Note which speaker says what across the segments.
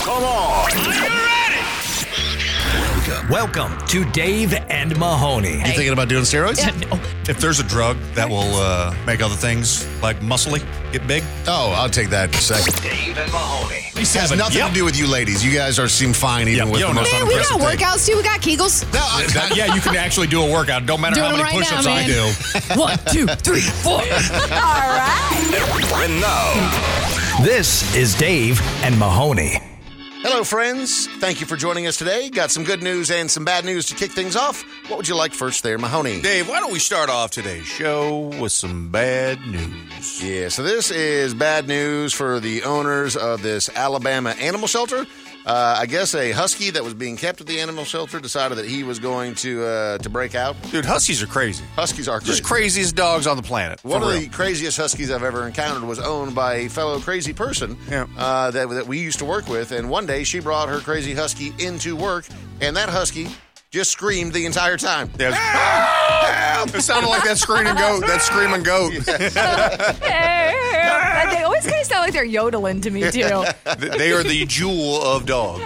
Speaker 1: Come on.
Speaker 2: Welcome to Dave and Mahoney.
Speaker 3: You thinking about doing steroids?
Speaker 2: No.
Speaker 4: If there's a drug that will uh, make other things like muscly get big,
Speaker 3: Oh, I'll take that in a second.
Speaker 2: Dave and Mahoney.
Speaker 3: It has
Speaker 4: seven.
Speaker 3: nothing
Speaker 4: Yep.
Speaker 3: to do with you ladies. You guys are seem fine even
Speaker 4: Yep.
Speaker 3: with
Speaker 4: You
Speaker 3: the
Speaker 4: don't
Speaker 3: most
Speaker 4: know.
Speaker 5: Man, we got
Speaker 3: unimpressive thing.
Speaker 5: workouts too. We got Kegels.
Speaker 3: No, I-
Speaker 4: that- yeah, you can actually do a workout. Don't matter
Speaker 5: Doing
Speaker 4: how
Speaker 5: them
Speaker 4: many
Speaker 5: right
Speaker 4: push-ups
Speaker 5: now,
Speaker 4: I
Speaker 5: man.
Speaker 4: do.
Speaker 2: One, two, three, four.
Speaker 4: Oh,
Speaker 5: All right.
Speaker 1: And now,
Speaker 2: This is Dave and Mahoney.
Speaker 3: Hello, friends. Thank you for joining us today. Got some good news and some bad news to kick things off. What would you like first there, Mahoney?
Speaker 4: Dave, why don't we start off today's show with some bad news?
Speaker 3: Yeah, so this is bad news for the owners of this Alabama animal shelter. Uh, I guess a husky that was being kept at the animal shelter decided that he was going to uh, to break out.
Speaker 4: Dude, huskies are crazy.
Speaker 3: Huskies are crazy.
Speaker 4: Just craziest dogs on the planet.
Speaker 3: One
Speaker 4: for
Speaker 3: of
Speaker 4: real.
Speaker 3: the craziest huskies I've ever encountered was owned by a fellow crazy person
Speaker 4: Yeah.
Speaker 3: uh, that, that we used to work with. And one day she brought her crazy husky into work, and that husky just screamed the entire time.
Speaker 4: Yeah, it was- It sounded like that screaming goat. That screaming goat.
Speaker 5: But they always kind of sound like they're yodeling to me too.
Speaker 4: Th- They are the jewel of dogs.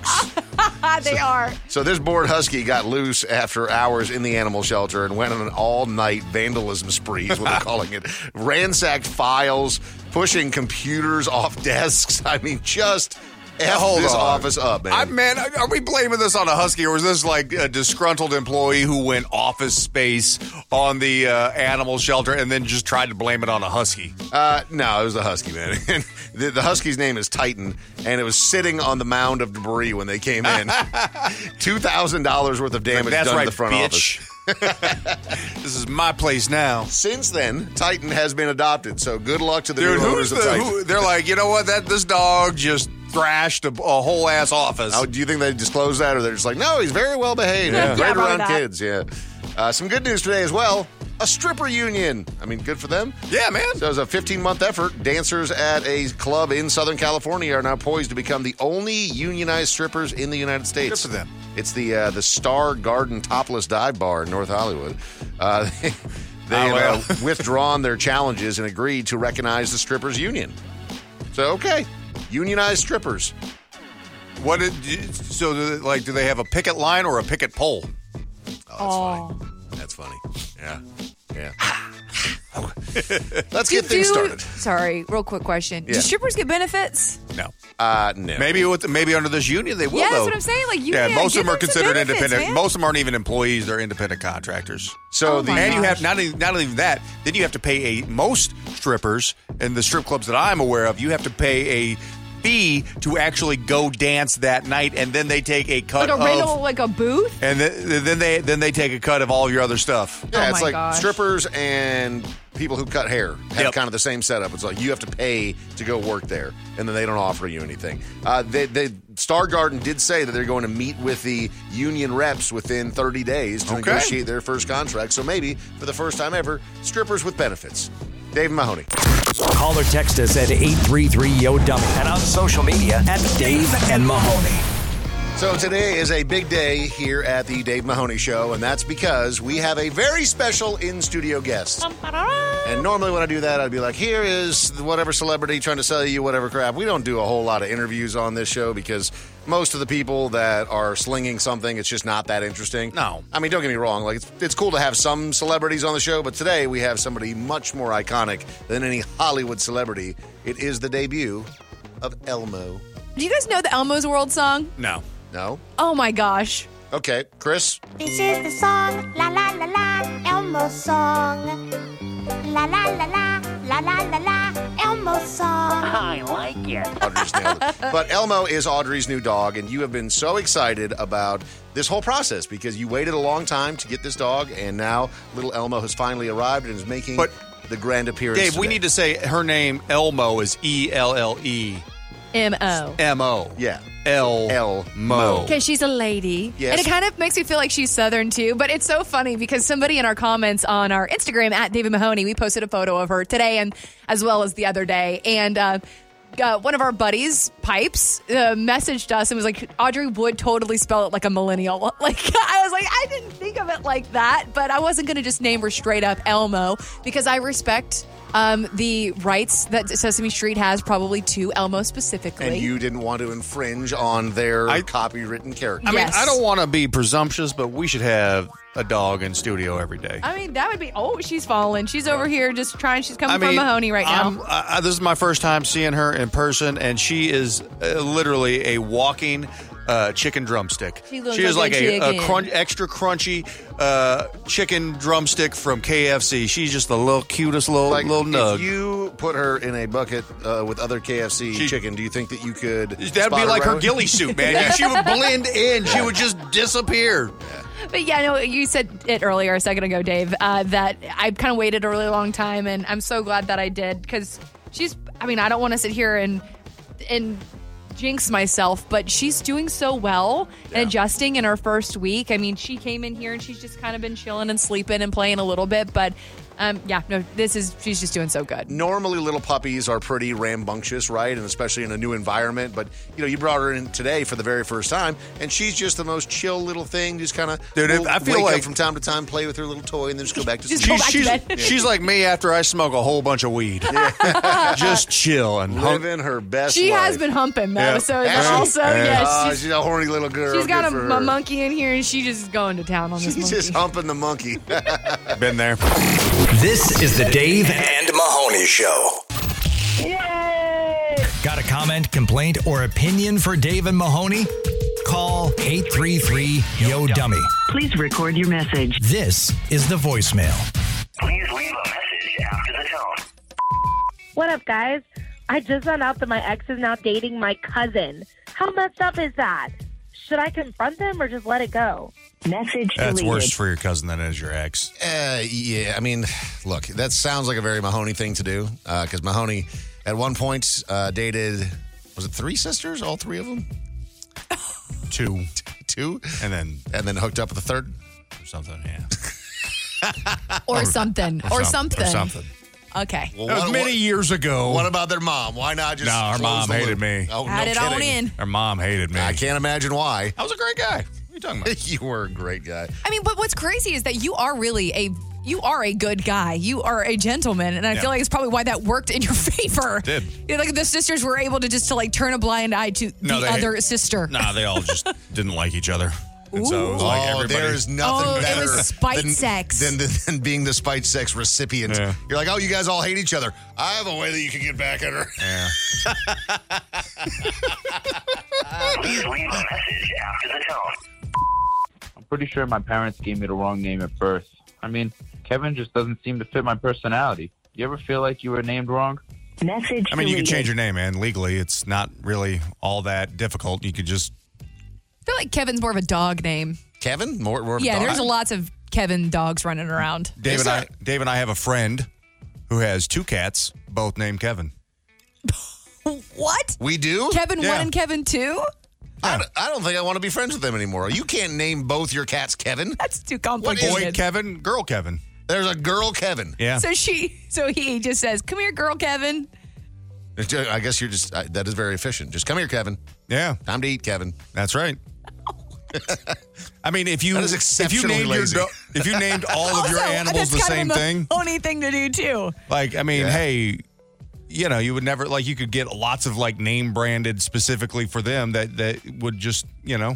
Speaker 5: Ah, they are.
Speaker 3: So this bored husky got loose after hours in the animal shelter and went on an all-night vandalism spree, is what they're calling it. Ransacked files, pushing computers off desks. I mean, just F
Speaker 4: Hold
Speaker 3: this
Speaker 4: on.
Speaker 3: office up, man.
Speaker 4: I, man, are we blaming this on a husky, or is this like a disgruntled employee who went office space on the uh, animal shelter and then just tried to blame it on a husky?
Speaker 3: Uh, no, it was the husky man. And the, the husky's name is Titan, and it was sitting on the mound of debris when they came in. Two thousand dollars worth of damage
Speaker 4: That's
Speaker 3: done
Speaker 4: right,
Speaker 3: to the front office.
Speaker 4: bitch. this is my place now.
Speaker 3: Since then, Titan has been adopted. So good luck to the
Speaker 4: Dude,
Speaker 3: new
Speaker 4: who's
Speaker 3: owners of
Speaker 4: the?
Speaker 3: Titan.
Speaker 4: Who, they're like, you know what? That this dog just thrashed a, a whole ass office.
Speaker 3: Oh, do you think they disclose that, or they're just like, no, he's very well behaved,
Speaker 5: Yeah. Yeah,
Speaker 3: great
Speaker 5: probably
Speaker 3: around
Speaker 5: not.
Speaker 3: kids? Yeah. Uh, some good news today as well. A stripper union. I mean, good for them.
Speaker 4: yeah, man.
Speaker 3: So it was a 15 month effort. Dancers at a club in Southern California are now poised to become the only unionized strippers in the United States.
Speaker 4: Good for them.
Speaker 3: It's the uh, the Star Garden Topless Dive Bar in North Hollywood. Uh, they have
Speaker 4: Ah, well.
Speaker 3: uh, withdrawn their challenges and agreed to recognize the strippers union. So okay, unionized strippers.
Speaker 4: What? Did, you- so, do they- like, do they have a picket line or a picket pole?
Speaker 5: Oh,
Speaker 3: That's funny. Yeah, yeah. Let's
Speaker 5: Do-
Speaker 3: get things
Speaker 5: do-
Speaker 3: started.
Speaker 5: Sorry, real quick question.
Speaker 3: Yeah.
Speaker 5: Do strippers get benefits?
Speaker 4: No.
Speaker 3: Uh, no.
Speaker 4: Maybe with maybe under this union they will.
Speaker 5: Yeah, that's
Speaker 4: though.
Speaker 5: what I'm saying, like,
Speaker 4: yeah,
Speaker 5: union,
Speaker 4: most
Speaker 5: give
Speaker 4: of them are
Speaker 5: them some
Speaker 4: considered
Speaker 5: benefits,
Speaker 4: independent.
Speaker 5: man.
Speaker 4: Most of them aren't even employees; they're independent contractors.
Speaker 3: So
Speaker 5: Oh
Speaker 3: the
Speaker 5: my
Speaker 4: and you
Speaker 5: gosh.
Speaker 4: have not even, not even that. Then you have to pay a most strippers and the strip clubs that I'm aware of. You have to pay a fee to actually go dance that night, and then they take a cut
Speaker 5: Like a
Speaker 4: of
Speaker 5: rental, like a booth?
Speaker 4: and th- then they then they take a cut of all your other stuff.
Speaker 3: Yeah,
Speaker 5: Oh
Speaker 3: it's
Speaker 5: my
Speaker 3: like
Speaker 5: gosh.
Speaker 3: strippers and people who cut hair have
Speaker 4: Yep.
Speaker 3: kind of the same setup. It's like you have to pay to go work there, and then they don't offer you anything. Uh, they, they, Star Garden did say that they're going to meet with the union reps within 30 days to
Speaker 4: Okay.
Speaker 3: negotiate their first contract. So maybe for the first time ever, strippers with benefits. Dave Mahoney.
Speaker 2: Call or text us at 833 Yo Dummy and on social media at Dave and Mahoney.
Speaker 3: So today is a big day here at the Dave Mahoney Show, and that's because we have a very special in studio guest. And normally when I do that, I'd be like, here is whatever celebrity trying to sell you whatever crap. We don't do a whole lot of interviews on this show because most of the people that are slinging something, it's just not that interesting.
Speaker 4: No.
Speaker 3: I mean, don't get me wrong. Like, it's, it's cool to have some celebrities on the show, but today we have somebody much more iconic than any Hollywood celebrity. It is the debut of Elmo.
Speaker 5: Do you guys know the Elmo's World song?
Speaker 4: No,
Speaker 3: No?
Speaker 5: Oh my gosh.
Speaker 3: Okay, Chris.
Speaker 6: This is the song, la la la la, Elmo's song. La la la la, la la la la, Elmo's song.
Speaker 3: Audrey's nailed it. But Elmo is Audrey's new dog, and you have been so excited about this whole process because you waited a long time to get this dog, and now little Elmo has finally arrived and is making
Speaker 4: But-
Speaker 3: the grand appearance.
Speaker 4: Dave. We need to say her name. Elmo is E L L E
Speaker 5: M O.
Speaker 4: M O.
Speaker 3: Yeah.
Speaker 4: L
Speaker 3: Elmo.
Speaker 4: Mo.
Speaker 5: Because she's a lady.
Speaker 3: Yes.
Speaker 5: And it kind of makes me feel like she's Southern too. But it's so funny because somebody in our comments on our Instagram at David Mahoney, we posted a photo of her today and as well as the other day. And uh, uh, one of our buddies, Pipes, uh, messaged us and was like, Audrey would totally spell it like a millennial. Like, I was like, I didn't think of it like that, but I wasn't going to just name her straight up Elmo because I respect um, the rights that Sesame Street has probably to Elmo specifically.
Speaker 3: And you didn't want to infringe on their
Speaker 4: I-
Speaker 3: copywritten character.
Speaker 4: I mean,
Speaker 5: Yes.
Speaker 4: I don't want to be presumptuous, but we should have a dog in studio every day.
Speaker 5: I mean, that would be, oh, she's falling. She's over here just trying, she's coming
Speaker 4: I mean,
Speaker 5: from Mahoney right now.
Speaker 4: I'm- I- I- this is my first time seeing her in person, and she is uh, literally a walking uh, chicken drumstick.
Speaker 5: She looks
Speaker 4: is
Speaker 5: like
Speaker 4: like
Speaker 5: a
Speaker 4: a, a
Speaker 5: chicken.
Speaker 4: crunch, extra crunchy uh, chicken drumstick from KFC. She's just the little cutest little
Speaker 3: Like,
Speaker 4: little nug.
Speaker 3: if you put her in a bucket uh, with other KFC
Speaker 4: She-
Speaker 3: chicken, do you think that you could?
Speaker 4: That'd
Speaker 3: spot
Speaker 4: be like her
Speaker 3: right away?
Speaker 4: ghillie suit, man. She would blend in. She would just disappear.
Speaker 5: But yeah, no, you said it earlier a second ago, Dave, uh, that I kind of waited a really long time, and I'm so glad that I did because she's. I mean, I don't want to sit here and and jinx myself, but she's doing so well and adjusting in her first week. I mean, she came in here and she's just kind of been chilling and sleeping and playing a little bit, but um, yeah, no, this is she's just doing so good.
Speaker 3: normally little puppies are pretty rambunctious, right? And especially in a new environment. But you know, you brought her in today for the very first time, and she's just the most chill little thing. Just kind of,
Speaker 4: Dude, if- I feel like-
Speaker 3: from time to time, play with her little toy, and then just go back to
Speaker 5: Just
Speaker 3: sleep.
Speaker 5: go back to
Speaker 4: she's,
Speaker 5: bed.
Speaker 4: she's like me after I smoke a whole bunch of weed. just chill and hunk.
Speaker 3: living her best.
Speaker 5: She
Speaker 3: life.
Speaker 5: has been humping though,
Speaker 4: Yeah.
Speaker 5: so it's
Speaker 3: Has she?
Speaker 5: also yeah,
Speaker 3: Ah,
Speaker 5: she's,
Speaker 3: she's a horny little girl.
Speaker 5: she's got
Speaker 3: Good
Speaker 5: a,
Speaker 3: for
Speaker 5: a
Speaker 3: her.
Speaker 5: monkey in here and she's just going to town on this
Speaker 3: She's
Speaker 5: monkey.
Speaker 3: just humping the monkey.
Speaker 4: Been there.
Speaker 2: This is the Dave and Mahoney Show. Got a comment, complaint, or opinion for Dave and Mahoney? Call 833 Yo Dummy.
Speaker 1: Please record your message.
Speaker 2: This is the voicemail.
Speaker 7: Please leave a message after the tone.
Speaker 8: What up, guys? I just found out that my ex is now dating my cousin. How messed up is that? Should I confront them or just let it go?
Speaker 1: Message
Speaker 4: That's
Speaker 1: deleted.
Speaker 4: worse for your cousin than it is your ex.
Speaker 3: Uh, yeah, I mean, look, that sounds like a very Mahoney thing to do because Mahoney, at one point, uh, dated was it three sisters, all three of them,
Speaker 4: Two.
Speaker 3: two,
Speaker 4: And then
Speaker 3: and then hooked up with the third.
Speaker 4: something, yeah.
Speaker 5: or something, or, something.
Speaker 4: Or something.
Speaker 5: Okay.
Speaker 3: Well,
Speaker 4: That was
Speaker 3: what-
Speaker 4: many
Speaker 3: what-
Speaker 4: years ago.
Speaker 3: What about their mom? Why not just?
Speaker 4: No, her
Speaker 3: close
Speaker 4: mom
Speaker 3: the
Speaker 4: hated
Speaker 3: loop?
Speaker 4: me.
Speaker 3: Oh,
Speaker 5: Add
Speaker 3: no
Speaker 5: it on
Speaker 3: kidding.
Speaker 5: in.
Speaker 4: Her mom hated me.
Speaker 3: I can't imagine why.
Speaker 4: I was a great guy. What are you talking about?
Speaker 3: you were a great guy.
Speaker 5: I mean, but what's crazy is that you are really a you are a good guy. You are a gentleman, and I
Speaker 4: Yeah.
Speaker 5: feel like it's probably why that worked in your favor.
Speaker 4: did.
Speaker 5: You're like the sisters were able to just to like turn a blind eye to
Speaker 4: No,
Speaker 5: the
Speaker 4: they-
Speaker 5: other sister.
Speaker 4: nah, they all just didn't like each other. And so it was
Speaker 5: Ooh.
Speaker 4: like
Speaker 3: oh,
Speaker 4: everybody.
Speaker 3: there is nothing
Speaker 5: Oh, it
Speaker 3: better
Speaker 5: was spite
Speaker 3: than,
Speaker 5: sex.
Speaker 3: Than, than, than being the spite sex recipient.
Speaker 4: Yeah.
Speaker 3: You're like, oh, you guys all hate each other. I have a way that you can get back at her.
Speaker 4: yeah.
Speaker 7: Please leave a message after the tone.
Speaker 9: I'm pretty sure my parents gave me the wrong name at birth. I mean, Kevin just doesn't seem to fit my personality. You ever feel like you were named wrong?
Speaker 1: Message
Speaker 4: I mean, you
Speaker 1: deleted.
Speaker 4: can change your name, man. Legally, it's not really all that difficult. You could just.
Speaker 5: I feel like Kevin's more of a dog name.
Speaker 3: Kevin, more, more of a
Speaker 5: Yeah,
Speaker 3: dog.
Speaker 5: there's lots of Kevin dogs running around.
Speaker 4: Dave
Speaker 3: Is
Speaker 4: and, I, Dave and I have a friend who has two cats, both named Kevin.
Speaker 5: What?
Speaker 3: We do.
Speaker 5: Kevin
Speaker 4: Yeah.
Speaker 5: one and Kevin two?
Speaker 3: I, don't- I don't think I want to be friends with them anymore. You can't name both your cats Kevin.
Speaker 5: That's too
Speaker 4: Boy
Speaker 5: complicated.
Speaker 4: Kevin, girl Kevin.
Speaker 3: There's a girl Kevin.
Speaker 4: Yeah.
Speaker 5: so she, so he just says, "Come here, girl, Kevin."
Speaker 3: uh, I guess you're just I, that is very efficient. Just come here, Kevin.
Speaker 4: yeah.
Speaker 3: Time to eat, Kevin.
Speaker 4: That's right. I mean, if you
Speaker 3: That is
Speaker 4: if you
Speaker 3: exceptionally
Speaker 4: named your
Speaker 3: lazy.
Speaker 4: do- if you named all of your
Speaker 5: Also,
Speaker 4: animals
Speaker 5: that's
Speaker 4: the same
Speaker 5: kind of a
Speaker 4: thing,
Speaker 5: Only thing to do too.
Speaker 4: like I mean,
Speaker 3: Yeah.
Speaker 4: hey, you know, you would never like you could get lots of like name branded specifically for them that that would just you know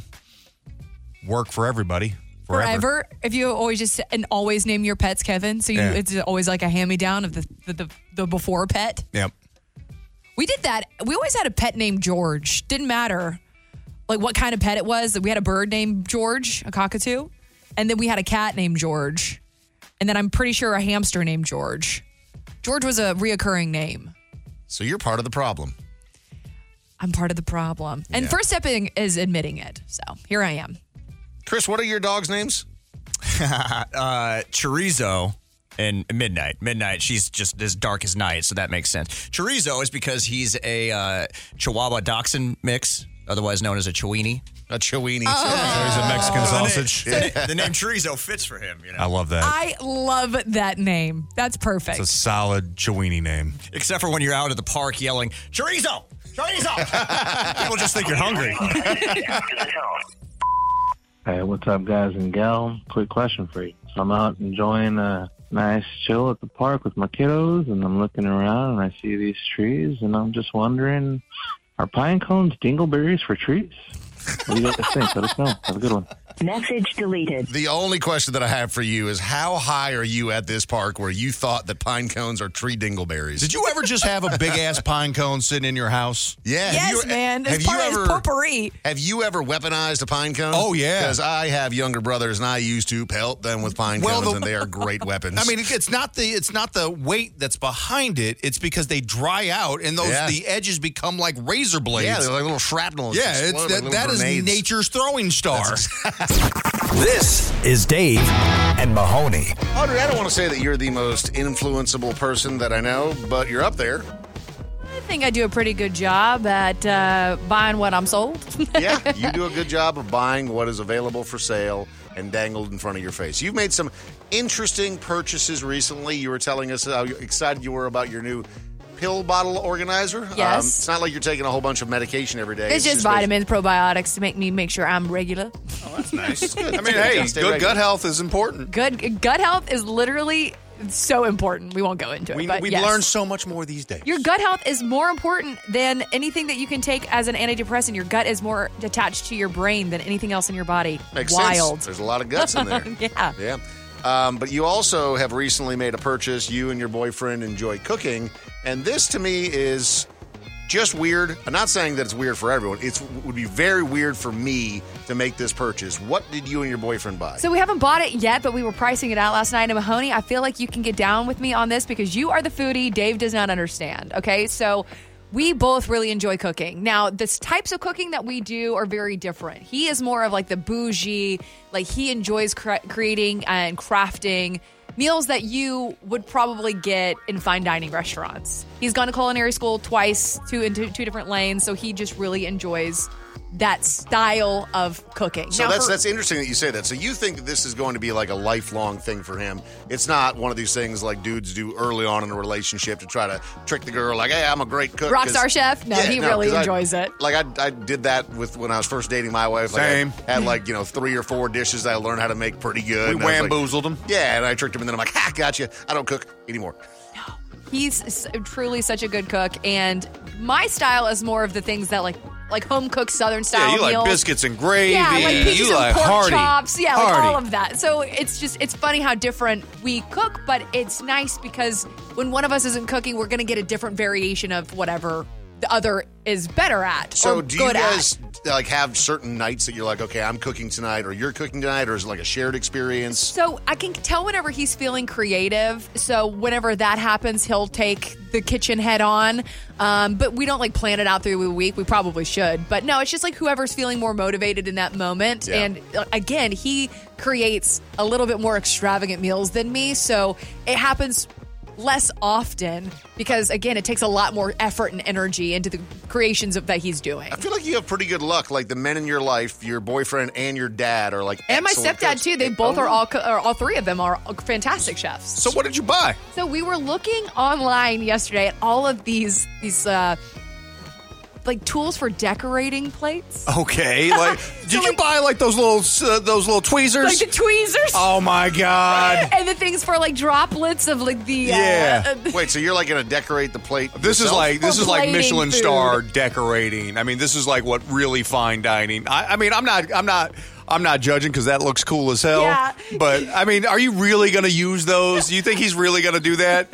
Speaker 4: work for everybody forever.
Speaker 5: forever if you always just and always name your pets Kevin. So you,
Speaker 4: Yeah.
Speaker 5: it's always like a hand me down of the, the the the before pet.
Speaker 4: Yep.
Speaker 5: We did that. We always had a pet named George. Didn't matter like what kind of pet it was. We had a bird named George, a cockatoo, and then we had a cat named George, and then I'm pretty sure a hamster named George. George was a reoccurring name.
Speaker 3: So you're part of the problem.
Speaker 5: I'm part of the problem. And
Speaker 4: Yeah.
Speaker 5: first step in is admitting it. So here I am.
Speaker 3: Chris, what are your dogs' names?
Speaker 10: uh, chorizo and midnight. Midnight, she's just as dark as night, so that makes sense. Chorizo is because he's a uh, Chihuahua Dachshund mix, otherwise known as a Chiweenie. Oh.
Speaker 3: A Chiweenie.
Speaker 4: Oh. There's a Mexican sausage.
Speaker 10: the name Chorizo fits for him, you know.
Speaker 4: I love that.
Speaker 5: I love that name. That's perfect.
Speaker 4: it's a solid Chiweenie name.
Speaker 10: Except for when you're out at the park yelling, Chorizo! Turn these off. People just think you're hungry.
Speaker 11: Hey, what's up, guys and gal? Quick question for you. So I'm out enjoying a nice chill at the park with my kiddos, and I'm looking around and I see these trees, and I'm just wondering, are pine cones dingleberries for trees? What do you guys think? Let us know. Have a good one.
Speaker 3: Message deleted. The only question that I have for you is how high are you at this park where you thought that pine cones are tree dingleberries?
Speaker 4: Did you ever just have a big ass pine cone sitting in your house? e-
Speaker 3: Yeah.
Speaker 5: Yes, man. This part is potpourri.
Speaker 3: Have you ever weaponized a pine cone?
Speaker 4: Oh, yeah.
Speaker 3: Because I have younger brothers and I used to pelt them with pine
Speaker 4: Well,
Speaker 3: cones,
Speaker 4: the-
Speaker 3: and they are great weapons.
Speaker 4: I mean, it's not the it's not the weight that's behind it. It's because they dry out and those
Speaker 3: Yeah.
Speaker 4: the edges become like razor blades.
Speaker 3: yeah, they're like little shrapnel.
Speaker 4: yeah, it's, that, that is nature's throwing star.
Speaker 2: This is Dave and Mahoney.
Speaker 3: Audrey, I don't want to say that you're the most influenceable person that I know, but you're up there.
Speaker 5: I think I do a pretty good job at uh, buying what I'm sold.
Speaker 3: yeah, you do a good job of buying what is available for sale and dangled in front of your face. You've made some interesting purchases recently. You were telling us how excited you were about your new pill bottle organizer. Um,
Speaker 5: Yes.
Speaker 3: it's not like you're taking a whole bunch of medication every day.
Speaker 5: it's just vitamins, probiotics to make me make sure I'm regular.
Speaker 4: Nice.
Speaker 3: good.
Speaker 4: I
Speaker 3: That's
Speaker 4: mean,
Speaker 3: good.
Speaker 4: hey,
Speaker 3: Gotta stay
Speaker 4: good
Speaker 3: regular.
Speaker 4: gut health is
Speaker 3: Oh.
Speaker 4: important.
Speaker 5: Good gut health is literally so important. We won't go into it.
Speaker 4: We,
Speaker 5: but
Speaker 4: we
Speaker 5: yes.
Speaker 4: learn so much more these days.
Speaker 5: Your gut health is more important than anything that you can take as an antidepressant. Your gut is more attached to your brain than anything else in your body.
Speaker 3: Makes
Speaker 5: Wild.
Speaker 3: Sense. There's a lot of guts in there.
Speaker 5: yeah.
Speaker 3: Yeah. Um, but you also have recently made a purchase. You and your boyfriend enjoy cooking. And this to me is just weird. I'm not saying that it's weird for everyone. It would be very weird for me to make this purchase. What did you and your boyfriend buy?
Speaker 5: So we haven't bought it yet, but we were pricing it out last night. And Mahoney, I feel like you can get down with me on this because you are the foodie. Dave does not understand. Okay, so we both really enjoy cooking. Now, the types of cooking that we do are very different. He is more of like the bougie, like he enjoys cre- creating and crafting meals that you would probably get in fine dining restaurants. He's gone to culinary school twice, two into two different lanes, so he just really enjoys that style of cooking.
Speaker 3: So
Speaker 5: Now,
Speaker 3: that's
Speaker 5: for-
Speaker 3: that's interesting that you say that. So you think that this is going to be like a lifelong thing for him? It's not one of these things like dudes do early on in a relationship to try to trick the girl, like, "Hey, I'm a great cook." 'cause-
Speaker 5: Rockstar chef? No, he really
Speaker 3: 'cause I-
Speaker 5: enjoys it.
Speaker 3: Like I, I did that with when I was first dating my wife. Like
Speaker 4: Same.
Speaker 3: I had like you know three or four dishes that I learned how to make pretty good.
Speaker 4: We
Speaker 3: and I was like-
Speaker 4: bamboozled him.
Speaker 3: yeah, and I tricked him, and then I'm like, "Ha, gotcha. I don't cook anymore."
Speaker 5: He's s- truly such a good cook, and my style is more of the things that like like home cooked Southern style
Speaker 4: Yeah, you
Speaker 5: meals.
Speaker 4: like biscuits and gravy.
Speaker 5: Yeah, like peaches
Speaker 4: you
Speaker 5: and
Speaker 4: like
Speaker 5: pork
Speaker 4: hearty.
Speaker 5: chops. Yeah, like
Speaker 4: Hearty.
Speaker 5: all of that. So it's just it's funny how different we cook, but it's nice because when one of us isn't cooking, we're gonna get a different variation of whatever the other is better at.
Speaker 3: So
Speaker 5: or
Speaker 3: do you
Speaker 5: Oh, good at.
Speaker 3: guys like have certain nights that you're like, "Okay, I'm cooking tonight," or "You're cooking tonight," or is it like a shared experience?
Speaker 5: So I can tell whenever he's feeling creative. So whenever that happens, he'll take the kitchen head on. Um, but we don't like plan it out through the week. We probably should. But no, it's just like whoever's feeling more motivated in that moment.
Speaker 12: Yeah.
Speaker 5: And uh, again, he creates a little bit more extravagant meals than me. So it happens less often because again it takes a lot more effort and energy into the creations of, that he's doing
Speaker 3: I feel like you have pretty good luck. Like the men in your life, your boyfriend and your dad are like.
Speaker 5: and my
Speaker 3: excellent
Speaker 5: stepdad
Speaker 3: cooks.
Speaker 5: too they both are all co- or all three of them are fantastic chefs
Speaker 4: So what did you buy?
Speaker 5: So we were looking online yesterday at all of these these uh like tools for decorating plates.
Speaker 4: Okay, like did you buy like those little uh, those little tweezers?
Speaker 5: Like the tweezers.
Speaker 4: Oh my god.
Speaker 5: and the things for like droplets of like the uh, uh,
Speaker 3: Wait, so you're like gonna decorate the plate?
Speaker 4: This is
Speaker 3: yourself?
Speaker 4: like this
Speaker 5: For
Speaker 4: is like
Speaker 5: plating
Speaker 4: Michelin
Speaker 5: food.
Speaker 4: star decorating. I mean, this is like what really fine dining. I, I mean, I'm not I'm not I'm not judging because that looks cool as hell.
Speaker 5: Yeah.
Speaker 4: But I mean, are you really going to use those? Do you think he's really going to do that?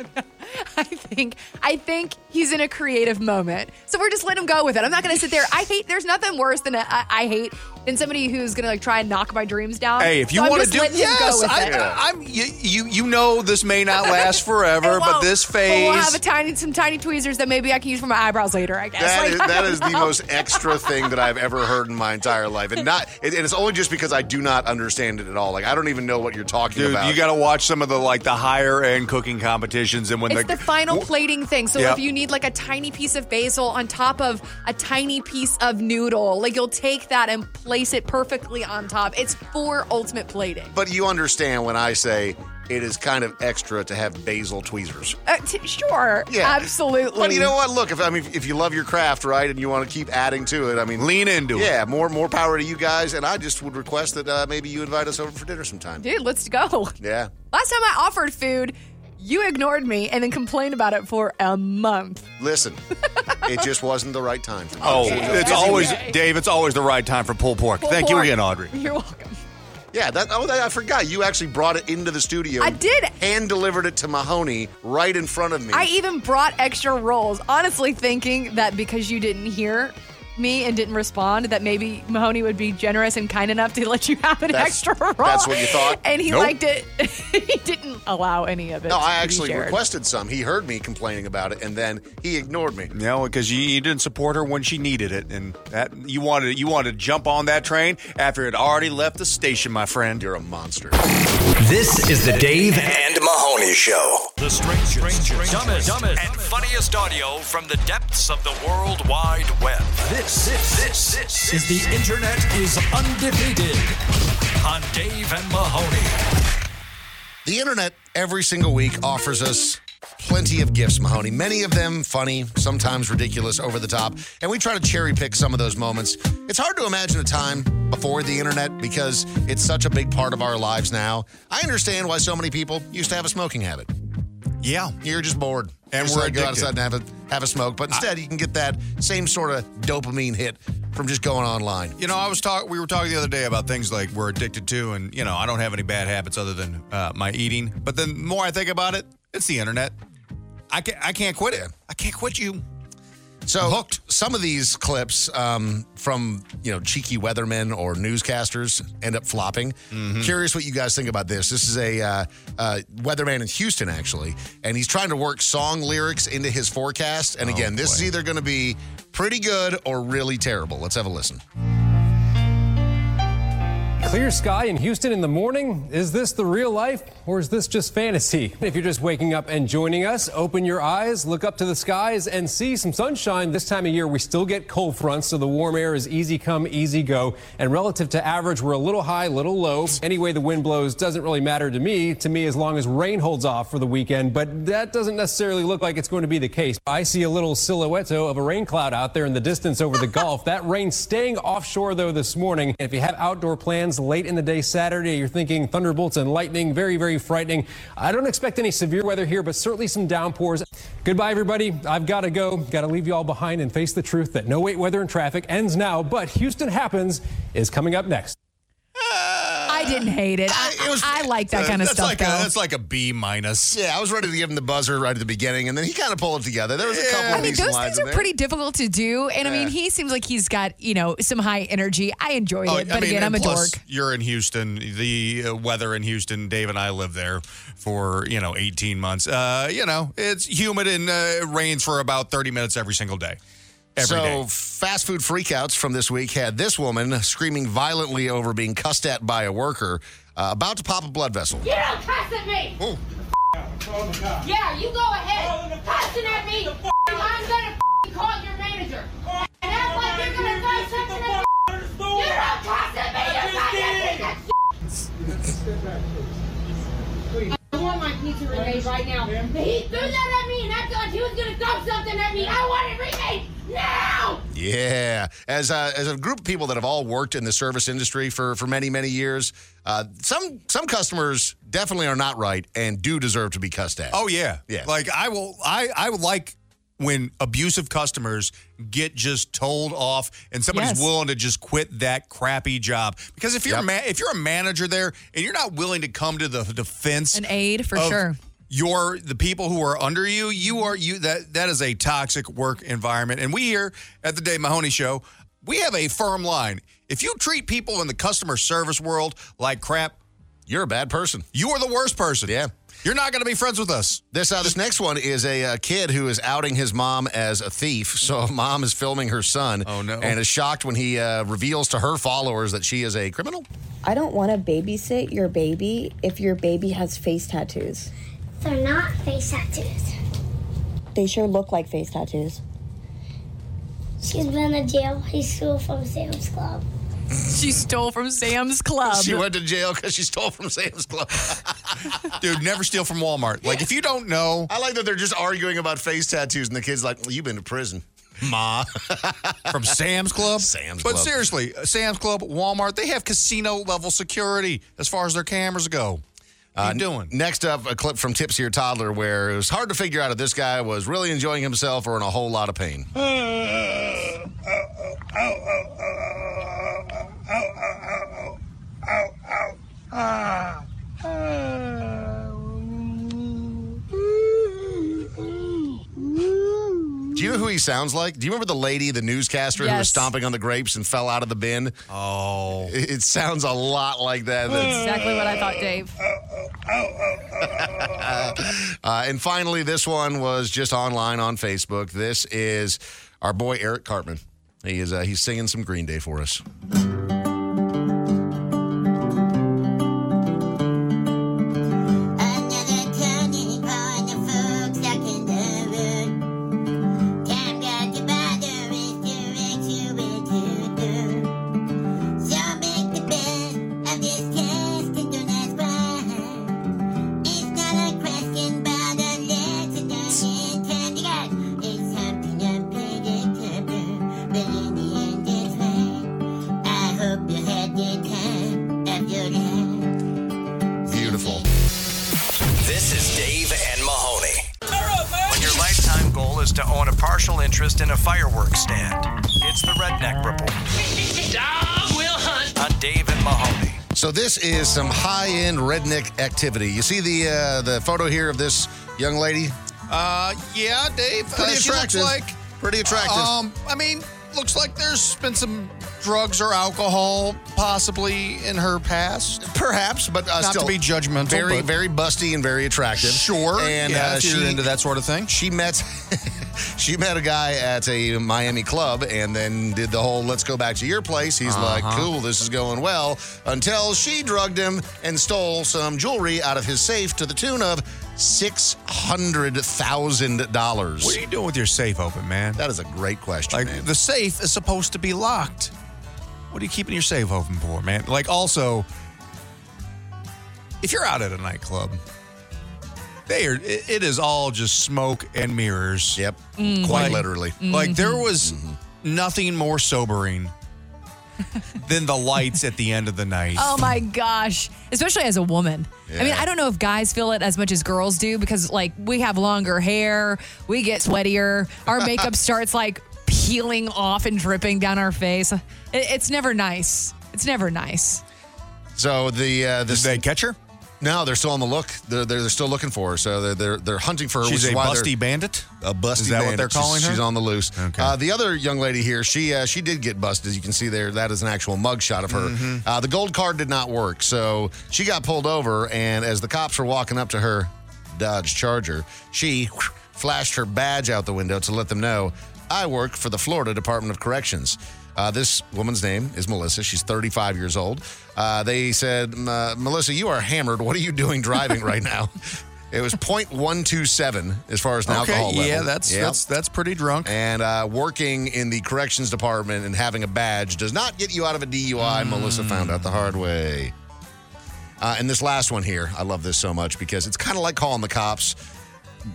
Speaker 5: think I think he's in a creative moment. So we're just letting him go with it. I'm not gonna sit there. I hate there's nothing worse than a, I, I hate than somebody who's gonna like try and knock my dreams down.
Speaker 4: Hey, if you
Speaker 5: So I'm
Speaker 4: want to
Speaker 5: just
Speaker 4: do
Speaker 5: letting him go
Speaker 4: yes,
Speaker 5: with
Speaker 4: I,
Speaker 5: it.
Speaker 4: I, am You, you you know this may not last forever,
Speaker 5: It
Speaker 4: but
Speaker 5: won't.
Speaker 4: this
Speaker 5: we'll
Speaker 4: phase.
Speaker 5: have a tiny some tiny tweezers that maybe I can use for my eyebrows later, I guess.
Speaker 3: That
Speaker 5: Like,
Speaker 3: is,
Speaker 5: I
Speaker 3: that
Speaker 5: don't
Speaker 3: is the
Speaker 5: know.
Speaker 3: most extra thing that I've ever heard in my entire life, and not and it's only just because I do not understand it at all. Like I don't even know what you're talking
Speaker 4: Dude,
Speaker 3: about.
Speaker 4: you got to watch some of the like the higher end cooking competitions, and when
Speaker 5: it's the final
Speaker 4: w-
Speaker 5: plating thing. So
Speaker 4: Yeah.
Speaker 5: if you need like a tiny piece of basil on top of a tiny piece of noodle, like you'll take that and place it perfectly on top. It's for ultimate plating.
Speaker 3: but you understand when I say it is kind of extra to have basil tweezers.
Speaker 5: Uh, t- sure. Absolutely.
Speaker 3: But you know what? Look, if I mean, if- if you love your craft, right, and you want to keep adding to it, I mean,
Speaker 4: lean into
Speaker 3: yeah, it. Yeah, more more power to you guys. And I just would request that uh, maybe you invite us over for dinner sometime.
Speaker 5: Dude, let's go.
Speaker 3: Yeah.
Speaker 5: Last time I offered food, you ignored me and then complained about it for a month.
Speaker 3: Listen, it just wasn't the right time for me.
Speaker 4: Oh, it's always
Speaker 5: okay.
Speaker 4: Dave. It's always the right time for pulled pork.
Speaker 5: Pulled
Speaker 4: Thank you
Speaker 5: pork.
Speaker 4: again, Audrey.
Speaker 5: You're welcome.
Speaker 3: Yeah, that, oh, that, I forgot. You actually brought it into the studio.
Speaker 5: I did.
Speaker 3: Hand delivered it to Mahoney right in front of me.
Speaker 5: I even brought extra rolls, honestly thinking that because you didn't hear me and didn't respond, that maybe Mahoney would be generous and kind enough to let you have an
Speaker 3: That's-
Speaker 5: extra roll.
Speaker 3: that's what you thought?
Speaker 5: And he
Speaker 3: Nope.
Speaker 5: liked it. he didn't allow any of it.
Speaker 3: no,
Speaker 5: to be
Speaker 3: I actually
Speaker 5: shared.
Speaker 3: requested some. He heard me complaining about it, and then he ignored me.
Speaker 4: No, because you, you didn't support her when she needed it, and that you wanted you wanted to jump on that train after it already left the station, my friend.
Speaker 3: You're a monster.
Speaker 2: This is the Dave
Speaker 12: and Mahoney Show.
Speaker 2: The strangest,
Speaker 12: dumbest, and funniest audio from the depths of the World Wide Web. This, this, this, this is the Internet is undefeated on Dave and Mahoney.
Speaker 3: The internet every single week offers us plenty of gifts, Mahoney. Many of them funny, sometimes ridiculous, over the top, and we try to cherry pick some of those moments. It's hard to imagine a time before the internet because it's such a big part of our lives now. I understand why so many people used to have a smoking habit.
Speaker 4: Yeah,
Speaker 3: you're just bored,
Speaker 4: And
Speaker 3: Just
Speaker 4: we're
Speaker 3: like, go
Speaker 4: addicted.
Speaker 3: outside and have a have a smoke. But instead, you can get that same sort of dopamine hit from just going online.
Speaker 4: You know, I was talk. We were talking the other day about things like we're addicted to, and you know, I don't have any bad habits other than uh, my eating. But then the more I think about it, it's the internet. I can't. I can't quit it. I can't quit you.
Speaker 3: So some of these clips um, from you know cheeky weathermen or newscasters end up flopping.
Speaker 4: Mm-hmm.
Speaker 3: Curious what you guys think about this. This is a uh, uh, weatherman in Houston actually, and he's trying to work song lyrics into his forecast.
Speaker 4: Oh,
Speaker 3: And again, this is either going to be pretty good or really terrible. Let's have a listen.
Speaker 13: Clear sky in Houston in the morning. Is this the real life or is this just fantasy? If you're just waking up and joining us, open your eyes, look up to the skies, and see some sunshine. This time of year, we still get cold fronts, so the warm air is easy come, easy go. And relative to average, we're a little high, little low. Any way the wind blows doesn't really matter to me, to me, as long as rain holds off for the weekend. But that doesn't necessarily look like it's going to be the case. I see a little silhouette of a rain cloud out there in the distance over the Gulf. That rain staying offshore, though, this morning. If you have outdoor plans late in the day Saturday, you're thinking thunderbolts and lightning, very, very frightening. I don't expect any severe weather here, but certainly some downpours. Goodbye, everybody. I've got to go. Got to leave you all behind and face the truth that no wait weather and traffic ends now, but Houston Happens is coming up next.
Speaker 5: I didn't hate it. I, I, like that
Speaker 13: uh,
Speaker 5: kind of
Speaker 13: that's
Speaker 5: stuff,
Speaker 13: like a-
Speaker 5: though.
Speaker 4: that's like a B minus.
Speaker 3: Yeah, I was ready to give him the buzzer right at the beginning, and then he kind of pulled it together. There was a couple.
Speaker 5: I
Speaker 3: of
Speaker 5: mean,
Speaker 3: decent
Speaker 5: those
Speaker 3: lines
Speaker 5: things
Speaker 3: in
Speaker 5: are
Speaker 3: there.
Speaker 5: pretty difficult to do. And I mean,
Speaker 4: Yeah.
Speaker 5: he seems like he's got, you know, some high energy. I enjoy
Speaker 4: Oh,
Speaker 5: it. But
Speaker 4: I mean,
Speaker 5: again, I'm
Speaker 4: and
Speaker 5: a
Speaker 4: plus,
Speaker 5: dork.
Speaker 4: You're in Houston. The uh, weather in Houston. Dave and I lived there for you know 18 months. Uh, you know, it's humid and uh, rains for about 30 minutes every single day. Every
Speaker 3: so,
Speaker 4: day.
Speaker 3: fast food freakouts from this week had this woman screaming violently over being cussed at by a worker uh, about to pop a blood vessel.
Speaker 14: You don't cuss at me. Yeah, you go ahead. Cussing at me. I'm gonna f***ing call your manager. And act like you're gonna find something at me. You don't cuss at me. You cuss at me. I want my pizza remade right now. He threw that at me and acted like he was gonna dump something at me. I want it remade now.
Speaker 3: Yeah, as a, as a group of people that have all worked in the service industry for for many many years, uh, some some customers definitely are not right and do deserve to be cussed at.
Speaker 4: Oh yeah, yeah. Like I will, I I would like when abusive customers get just told off, and somebody's
Speaker 3: Yes.
Speaker 4: willing to just quit that crappy job. Because if you're a
Speaker 3: Yep.
Speaker 4: ma- if you're a manager there, and you're not willing to come to the defense,
Speaker 5: An aid, for
Speaker 4: of
Speaker 5: sure. Mm-hmm.
Speaker 4: Your the people who are under you, you are you that that is a toxic work environment. And we here at the Dave Mahoney Show, we have a firm line. If you treat people in the customer service world like crap,
Speaker 3: you're a bad person.
Speaker 4: You are the worst person.
Speaker 3: Yeah.
Speaker 4: You're not going to be friends with us.
Speaker 3: This uh, this next one is a uh, kid who is outing his mom as a thief. So mom is filming her son. Oh no! And is shocked when he uh, reveals to her followers that she is a criminal.
Speaker 15: I don't want to babysit your baby if your baby has face tattoos.
Speaker 6: They're not face tattoos.
Speaker 15: They sure look like face tattoos.
Speaker 6: She's been to jail. He stole from Sam's Club.
Speaker 5: She stole from Sam's Club.
Speaker 3: She went to jail because she stole from Sam's Club.
Speaker 4: Dude, never steal from Walmart. Like, if you don't know.
Speaker 3: I like that they're just arguing about face tattoos, and the kid's like, well, you've been to prison. Ma.
Speaker 4: From Sam's Club?
Speaker 3: Sam's
Speaker 4: But
Speaker 3: Club.
Speaker 4: seriously, Sam's Club, Walmart, they have casino level security as far as their cameras go.
Speaker 3: Uh, doing? Next up, a clip from Tipsier Toddler where it was hard to figure out if this guy was really enjoying himself or in a whole lot of pain. Do you know who he sounds like? Do you remember the lady, the newscaster who was
Speaker 5: Yes.
Speaker 3: stomping on the grapes and fell out of the bin? Oh. It, it sounds a lot like that.
Speaker 5: That's exactly what I thought, Dave.
Speaker 3: Uh, and finally, this one was just online on Facebook. This is our boy Eric Cartman. He is uh, he's singing some Green Day for us. Beautiful.
Speaker 12: This is Dave and Mahoney. When your lifetime goal is to own a partial interest in a fireworks stand, it's the Redneck Report. Dog will hunt. On Dave and Mahoney.
Speaker 3: So this is some high-end redneck activity. You see the uh, the photo here of this young lady.
Speaker 4: Uh, yeah, Dave.
Speaker 3: Pretty
Speaker 4: uh, she
Speaker 3: attractive.
Speaker 4: looks like
Speaker 3: Pretty attractive.
Speaker 4: Um, I mean, looks like there's been some drugs or alcohol possibly in her past.
Speaker 3: Perhaps, but uh,
Speaker 4: not
Speaker 3: still
Speaker 4: to be judgmental.
Speaker 3: Very
Speaker 4: but-
Speaker 3: very busty and very attractive.
Speaker 4: Sure,
Speaker 3: And
Speaker 4: yeah,
Speaker 3: uh,
Speaker 4: if you're
Speaker 3: she
Speaker 4: into that sort of thing.
Speaker 3: She met she met a guy at a Miami club and then did the whole let's go back to your place. He's like,
Speaker 4: Uh-huh.
Speaker 3: "Cool, this is going well." Until she drugged him and stole some jewelry out of his safe to the tune of $600,000.
Speaker 4: What are you doing with your safe open, man?
Speaker 3: That is a great question.
Speaker 4: Like
Speaker 3: man.
Speaker 4: the safe is supposed to be locked. What are you keeping your safe open for, man? Like also, if you're out at a nightclub, they are. It, it is all just smoke and mirrors.
Speaker 3: Yep,
Speaker 5: Mhm.
Speaker 3: quite literally. Mm-hmm.
Speaker 4: Like there was nothing more sobering than the lights at the end of the night.
Speaker 5: Oh my gosh. Especially as a woman. I mean,
Speaker 4: Yeah.
Speaker 5: I don't know if guys feel it as much as girls do because, like, we have longer hair, we get sweatier, our makeup starts like peeling off and dripping down our face. It, it's never nice. It's never nice.
Speaker 3: So the uh, this, they
Speaker 4: catch her?
Speaker 3: No, they're still on the look. They're they're, they're still looking for her. So they're they're, they're hunting for her.
Speaker 4: She's
Speaker 3: which is
Speaker 4: a
Speaker 3: why they're-
Speaker 4: busty bandit.
Speaker 3: A busty.
Speaker 4: Is that what
Speaker 3: bandit.
Speaker 4: they're calling
Speaker 3: she's,
Speaker 4: her?
Speaker 3: She's on the loose. Uh, the other young lady here, she uh, she did get busted. As you can see there, that is an actual mugshot of her.
Speaker 4: Mhm.
Speaker 3: Uh, the gold card did not work, so she got pulled over. And as the cops were walking up to her Dodge Charger, she flashed her badge out the window to let them know, "I work for the Florida Department of Corrections." Uh, this woman's name is Melissa. She's 35 years old. Uh, they said, "M- uh, Melissa, you are hammered. What are you doing driving right now? It was 0.127 as far as an
Speaker 4: Okay,
Speaker 3: alcohol level.
Speaker 4: yeah, that's- that's- that's pretty drunk.
Speaker 3: And uh, working in the corrections department and having a badge does not get you out of a DUI. Melissa found out the hard way. Uh, and this last one here, I love this so much because it's kind of like calling the cops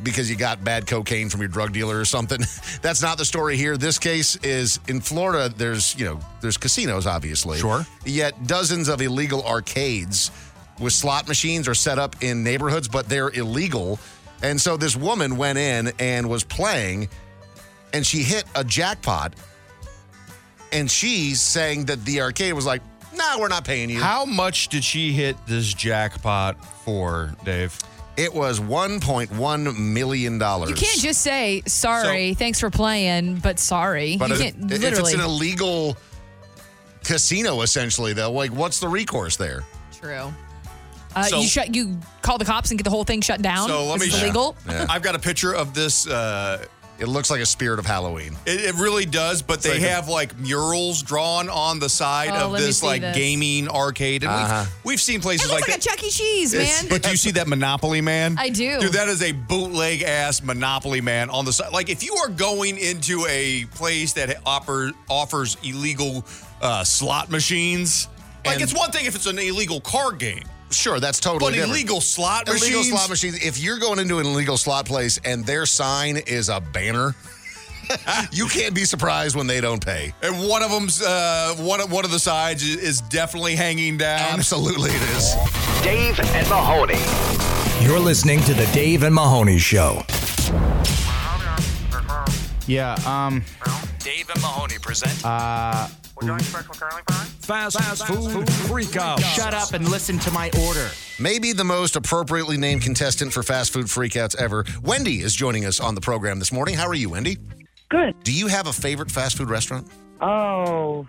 Speaker 3: because you got bad cocaine from your drug dealer or something. That's not the story here. This case is in Florida. There's you know there's casinos obviously. Sure. Yet dozens of illegal arcades with slot machines are set up in neighborhoods, but they're illegal. And so this woman went in and was playing, and she hit a jackpot. And she's saying that the arcade was like, "No, we're not paying you."
Speaker 4: How much did she hit this jackpot for, Dave?
Speaker 3: It was one point one million dollars.
Speaker 5: You can't just say, sorry, thanks for playing, but sorry.
Speaker 3: But
Speaker 5: you
Speaker 3: if,
Speaker 5: can't
Speaker 3: if
Speaker 5: literally.
Speaker 3: it's an illegal casino, essentially, though, like what's the recourse there?
Speaker 5: True. Uh,
Speaker 4: So-
Speaker 5: you shut. You call the cops and get the whole thing shut down.
Speaker 4: So let me.
Speaker 5: This is illegal.
Speaker 4: I've got a picture of this. Uh,
Speaker 3: it looks like a spirit of Halloween.
Speaker 4: It, really does, but they
Speaker 3: like a-
Speaker 4: have like murals drawn on the side
Speaker 5: Oh,
Speaker 4: of
Speaker 5: let me
Speaker 4: this
Speaker 5: see
Speaker 4: like
Speaker 5: this.
Speaker 4: gaming arcade. And
Speaker 3: Uh-huh.
Speaker 4: we've, we've seen places
Speaker 5: It looks like,
Speaker 4: that.
Speaker 5: a Chuck E. Cheese,
Speaker 4: It's-
Speaker 5: man.
Speaker 4: But do you see that Monopoly man?
Speaker 5: I do.
Speaker 4: Dude, that is a bootleg ass Monopoly man on the side. Like, if you are going into a place that offer, offers illegal uh, slot machines, like, it's one thing if it's an illegal card game.
Speaker 3: Sure, that's totally
Speaker 4: But
Speaker 3: different.
Speaker 4: illegal slot
Speaker 3: Illegal
Speaker 4: machines?
Speaker 3: slot machines. If you're going into an illegal slot place and their sign is a banner, you can't be surprised when they don't pay.
Speaker 4: And one of them's uh, one of one of the sides is- is definitely hanging down.
Speaker 3: Absolutely, it is.
Speaker 4: Dave and Mahoney.
Speaker 2: You're listening to The Dave and Mahoney Show.
Speaker 16: Yeah. Um.
Speaker 12: Dave and Mahoney present
Speaker 16: Uh.
Speaker 12: Fast, fast Food, Freakout.
Speaker 16: Shut up and listen to my order.
Speaker 3: Maybe the most appropriately named contestant for fast food freakouts ever. Wendy is joining us on the program this morning. How are you, Wendy?
Speaker 17: Good.
Speaker 3: Do you have a favorite fast food restaurant?
Speaker 17: Oh.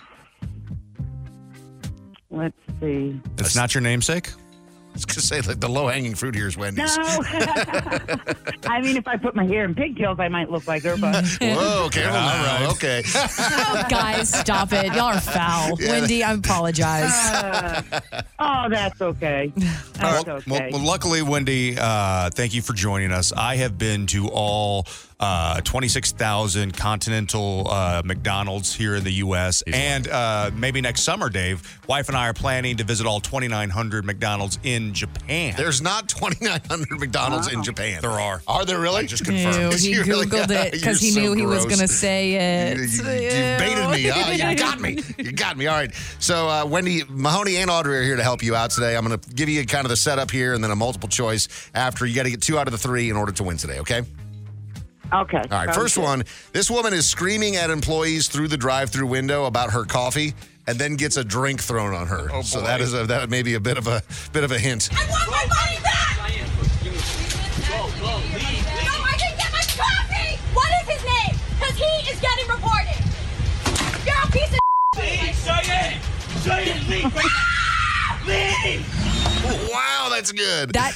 Speaker 17: Let's see.
Speaker 4: It's not your namesake.
Speaker 3: I was gonna say like the low hanging fruit here is
Speaker 17: No.
Speaker 3: Wendy's.
Speaker 17: I mean, if I put my hair in pigtails, I might look like her, but.
Speaker 3: Whoa, careful now. Okay.
Speaker 5: Oh, guys, stop it. Y'all are foul.
Speaker 3: Yeah.
Speaker 5: Wendy, I apologize.
Speaker 17: oh, that's okay. That's okay.
Speaker 4: Well, well, luckily, Wendy, uh, thank you for joining us. I have been to all uh, 26,000 Continental uh, McDonald's here in the U.S. And uh, maybe next summer, Dave, wife and I are planning to visit all 2,900 McDonald's in Japan.
Speaker 3: There's not 2,900 McDonald's in Japan.
Speaker 4: There are.
Speaker 3: Are there really? I just
Speaker 5: Ew, he
Speaker 3: You really-
Speaker 5: Googled it
Speaker 3: You're
Speaker 5: because he
Speaker 3: so
Speaker 5: knew he was
Speaker 3: gross.
Speaker 5: going to say it.
Speaker 3: You, you- you baited me. Ah, you got me. You got me. All right. So, uh, Wendy, Mahoney, and Audrey are here to help you out today. I'm going to give you kind of the setup here and then a multiple choice after. You got to get two out of the three in order to win today, okay?
Speaker 17: Okay.
Speaker 3: All right.
Speaker 17: sounds
Speaker 3: First
Speaker 17: good.
Speaker 3: one this woman is screaming at employees through the drive through window about her coffee. And then gets a drink thrown on her. Oh, so
Speaker 4: boy.
Speaker 3: that is a, that may be a bit of a bit of a hint.
Speaker 14: No, I didn't get my coffee! What is his name? Because he is getting reported. You're a piece of Leave! Say it! Say it! Leave! Leave!
Speaker 3: Wow, that's good.
Speaker 5: That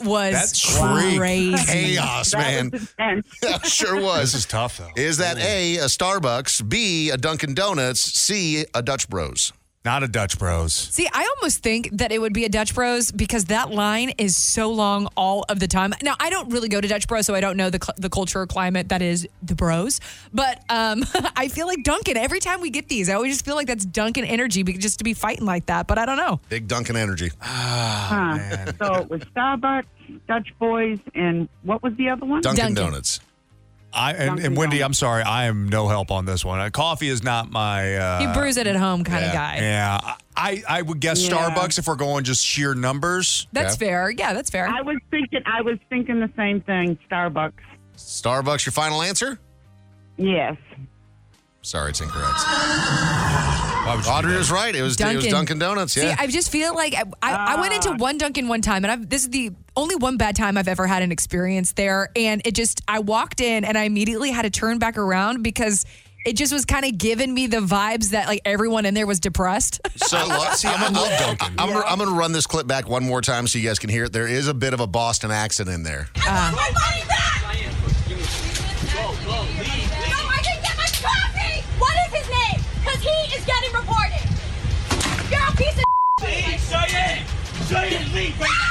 Speaker 5: was crazy.
Speaker 3: Chaos, man. Yeah, sure was.
Speaker 4: This is tough, though.
Speaker 3: Is that A, a Starbucks, B, a Dunkin' Donuts, C, a Dutch Bros?
Speaker 4: Not a Dutch Bros.
Speaker 5: See, I almost think that it would be a Dutch Bros because that line is so long all of the time. Now, I don't really go to Dutch Bros, so I don't know the, cl- the culture or climate that is the Bros. But um, I feel like Duncan. Every time we get these, I always just feel like that's Duncan energy be- just to be fighting like that. But I don't know.
Speaker 3: Big Dunkin' Energy.
Speaker 17: Huh. So it was Starbucks, Dutch Boys, and what was the other one?
Speaker 4: Dunkin' Donuts. I and, and Wendy, I'm sorry, I am no help on this one. Uh, coffee is not my. Uh,
Speaker 5: He brews it at home kind
Speaker 4: yeah,
Speaker 5: of guy.
Speaker 4: Yeah, I- I I would guess
Speaker 17: Yeah.
Speaker 4: Starbucks if we're going just sheer numbers.
Speaker 5: That's fair. Yeah, that's fair.
Speaker 17: I was thinking. I was thinking the same thing. Starbucks.
Speaker 3: Starbucks, your final answer?
Speaker 17: Yes.
Speaker 3: Sorry, it's incorrect. Audrey was right. It was, it was Dunkin' Donuts, yeah.
Speaker 5: See, I just feel like I, I, I went into one Dunkin' one time, and I've, this is the only one bad time I've ever had an experience there. And it just, I walked in and I immediately had to turn back around because it just was kind of giving me the vibes that like everyone in there was depressed.
Speaker 3: So see, I'm, gonna- I'm, gonna- I'm going to run this clip back one more time so you guys can hear it. There is a bit of a Boston accent in there.
Speaker 5: Ah.
Speaker 14: My money back! No, I didn't get my coffee! What is his name? Because he is getting reported. You're a piece of Leave! Say it! Say it! Leave!
Speaker 5: Ah!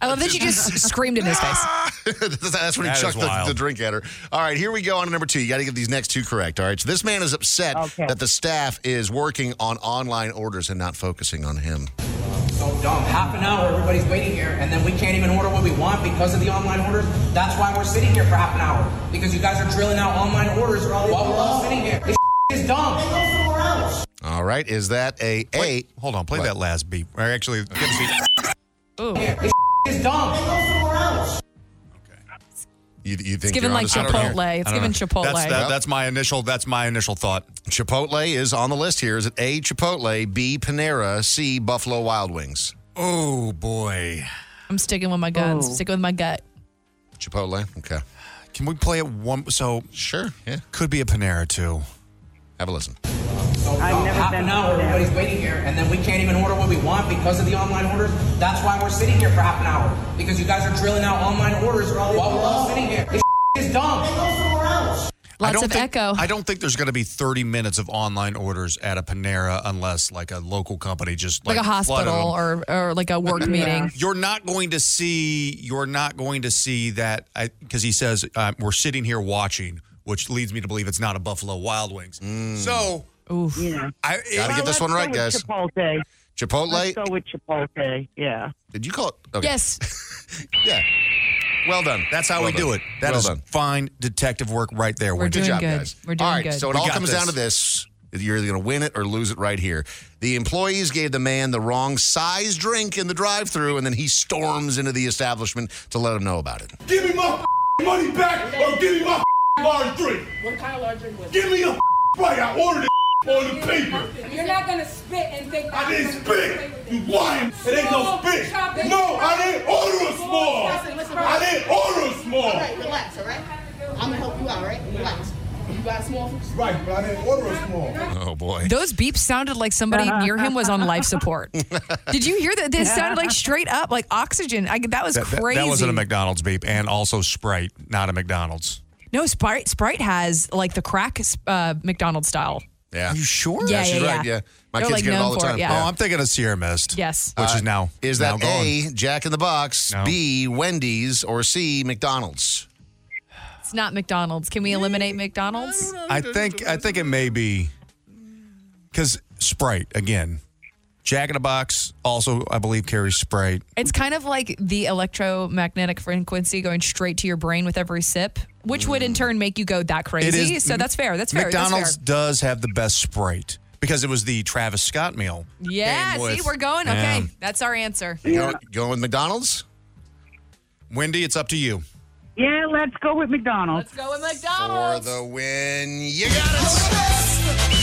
Speaker 5: I love that you just screamed in his face.
Speaker 3: That's when he
Speaker 4: That is
Speaker 3: chucked the,
Speaker 4: wild.
Speaker 3: the drink at her. All right, here we go on to number two. You got to get these next two correct. All right, so this man is upset that the staff is working on online orders and not focusing on him.
Speaker 18: So dumb. Half an hour, everybody's waiting here, and then we can't even order what we want because of the online orders. That's why we're sitting here for half an hour because you guys are drilling out online orders while we're all sitting here. This is dumb.
Speaker 3: All right, is that a A?
Speaker 4: hold on, play that last beat. Or actually, give us the-
Speaker 18: This is dumb.
Speaker 3: you, you think
Speaker 5: It's given
Speaker 3: you're
Speaker 5: like
Speaker 3: onto something here?
Speaker 5: Chipotle. It's given Chipotle.
Speaker 4: That's, that, that's my initial. That's my initial thought.
Speaker 3: Chipotle is on the list here. Is it A, Chipotle, B, Panera, C, Buffalo Wild Wings?
Speaker 4: Oh boy,
Speaker 5: I'm sticking with my guns.
Speaker 3: Oh.
Speaker 5: Sticking with my gut.
Speaker 3: Chipotle, okay.
Speaker 4: Can we play it one? So
Speaker 3: sure, yeah.
Speaker 4: Could be a Panera too.
Speaker 3: Have a listen.
Speaker 18: So dumb. half an hour, everybody's waiting here, and then we can't even order what we want because of the online orders. That's why we're sitting here for half an hour because you guys are drilling out online orders while we're all sitting here. This is dumb.
Speaker 4: I don't think, echo. I don't think there's going to be 30 minutes of online orders at a Panera unless like a local company just
Speaker 5: Like,
Speaker 4: like,
Speaker 5: a hospital
Speaker 4: flooded 'em.
Speaker 5: or, or like a work meeting.
Speaker 4: You're not going to see. You're not going to see that because he says uh, we're sitting here watching, which leads me to believe it's not a
Speaker 17: Mm.
Speaker 4: Buffalo Wild Wings. So
Speaker 5: Oof.
Speaker 4: I
Speaker 3: Gotta get this one right, guys.
Speaker 17: Chipotle.
Speaker 3: Chipotle?
Speaker 17: Let's go with Chipotle. Yeah.
Speaker 3: Did you call it?
Speaker 5: Yes.
Speaker 3: yeah.
Speaker 4: Well done. That's how
Speaker 3: Well
Speaker 4: we do
Speaker 3: done.
Speaker 4: it. That
Speaker 3: Well
Speaker 4: is
Speaker 3: done.
Speaker 4: fine detective work right there.
Speaker 3: We're
Speaker 4: Wendy.
Speaker 3: doing Good job, good. guys.
Speaker 5: We're doing
Speaker 3: all right,
Speaker 5: good.
Speaker 3: so it
Speaker 4: We
Speaker 3: all
Speaker 4: got
Speaker 3: comes down to this. You're either going to win it or lose it right here. The employees gave the man the wrong size drink in the drive thru and then he storms into the establishment to let him know about it.
Speaker 19: Give me my money back or give me my large drink.
Speaker 14: What kind of large drink was
Speaker 19: Give me a right. I ordered it on the paper.
Speaker 14: You're not gonna spit and think.
Speaker 19: I didn't spit. You lying. It ain't no spit. No, I didn't order a small. I didn't order a
Speaker 14: All
Speaker 19: small.
Speaker 14: right, relax, all right? I'm gonna help you out, all right? Relax. You got a small first?
Speaker 19: Right, but I didn't order a small.
Speaker 3: Oh boy.
Speaker 5: Those beeps sounded like somebody near him was on life support. Did you hear that? This sounded like straight up like oxygen. I, that was
Speaker 4: That, that-
Speaker 5: crazy.
Speaker 4: that wasn't a McDonald's beep, and also Sprite, not a McDonald's.
Speaker 5: no, Sprite, Sprite has like the crack uh, McDonald's style.
Speaker 3: Yeah.
Speaker 4: You sure?
Speaker 5: Yeah, Yeah, she's yeah, right, yeah. yeah. My They're, kids like, get it known all the for it, time. yeah.
Speaker 4: Oh, I'm thinking of Sierra Mist.
Speaker 5: Yes.
Speaker 4: Which
Speaker 3: Uh,
Speaker 4: is now
Speaker 3: Is
Speaker 4: now
Speaker 3: that
Speaker 4: gone.
Speaker 3: A, Jack in the Box,
Speaker 4: No.
Speaker 3: B, Wendy's, or C, McDonald's?
Speaker 5: It's not McDonald's. Can we eliminate McDonald's?
Speaker 4: I think uh, I think it may be because Sprite again. Jack in the Box also, I believe, carries Sprite.
Speaker 5: It's kind of like the electromagnetic frequency going straight to your brain with every sip, which would in turn make you go that crazy. so that's fair. That's fair. that's
Speaker 4: McDonald's does have the best Sprite because it was the Travis Scott meal.
Speaker 5: fair. Yeah,
Speaker 4: Came
Speaker 5: see,
Speaker 4: with-
Speaker 5: we're going. Okay,
Speaker 4: Yeah.
Speaker 5: that's our answer.
Speaker 3: You're going with McDonald's?
Speaker 4: Wendy, it's up to you.
Speaker 17: Yeah, let's go with McDonald's.
Speaker 5: Let's go with
Speaker 3: For
Speaker 5: McDonald's.
Speaker 3: the win. You got it.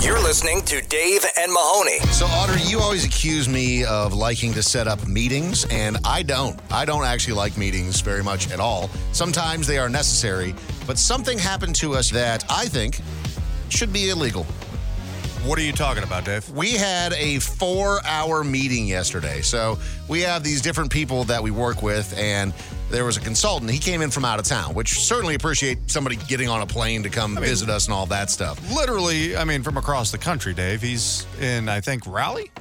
Speaker 12: You're listening to Dave and Mahoney.
Speaker 3: So, Audrey, you always accuse me of liking to set up meetings, and I don't. I don't actually like meetings very much at all. Sometimes they are necessary, but something happened to us that I think should be illegal.
Speaker 4: What are you talking about, Dave?
Speaker 3: We had a four hour meeting yesterday. So we have these different people that we work with, and there was a consultant. He came in from out of town, which certainly appreciate somebody getting on a plane to come visit us and all that stuff.
Speaker 4: Literally, I mean, from across the country, Dave. He's in, I think, Raleigh.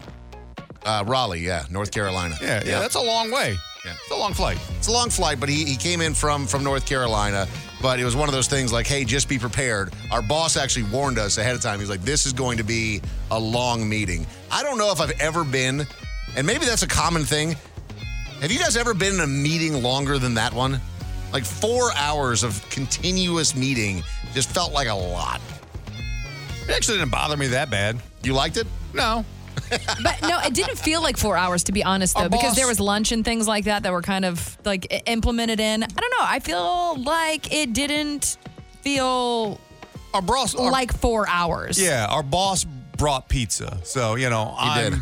Speaker 3: Uh, Raleigh, yeah, North Carolina.
Speaker 4: Yeah, yeah, that's a long way.
Speaker 3: Yeah.
Speaker 4: It's a long flight.
Speaker 3: It's a long flight, but he, he came in from from North Carolina. But it was one of those things like, hey, just be prepared. Our boss actually warned us ahead of time. He's like, this is going to be a long meeting. I don't know if I've ever been, and maybe that's a common thing. Have you guys ever been in a meeting longer than that one? Like four hours of continuous meeting just felt like a lot.
Speaker 4: It actually didn't bother me that bad.
Speaker 3: You liked it?
Speaker 4: No.
Speaker 5: but no, it didn't feel like four hours to be honest, though,
Speaker 4: Our
Speaker 5: because
Speaker 4: boss-
Speaker 5: there was lunch and things like that that were kind of like i- implemented in. I don't know. I feel like it didn't feel like four hours.
Speaker 4: Yeah, our boss brought pizza, so you know I
Speaker 3: did.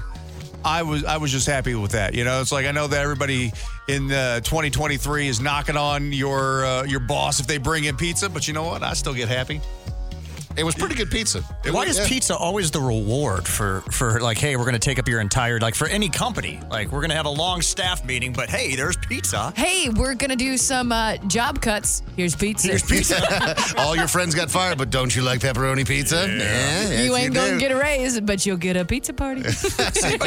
Speaker 4: I was I was just happy with that. You know, it's like I know that everybody in uh, 2023 is knocking on your uh, your boss if they bring in pizza, but you know what? I still get happy.
Speaker 3: It was pretty good pizza. It
Speaker 10: Why
Speaker 3: was-
Speaker 10: is
Speaker 3: yeah.
Speaker 10: pizza always the reward for for like, hey, we're going to take up your entire like for any company, like we're going to have a long staff meeting, but hey, there's pizza.
Speaker 5: Hey, we're gonna do some uh, job cuts. Here's pizza.
Speaker 10: Here's pizza.
Speaker 3: All your friends got fired, but don't you like pepperoni pizza? Yeah. yes,
Speaker 5: you ain't gonna
Speaker 3: do.
Speaker 5: get a raise, but you'll get a pizza party.
Speaker 4: I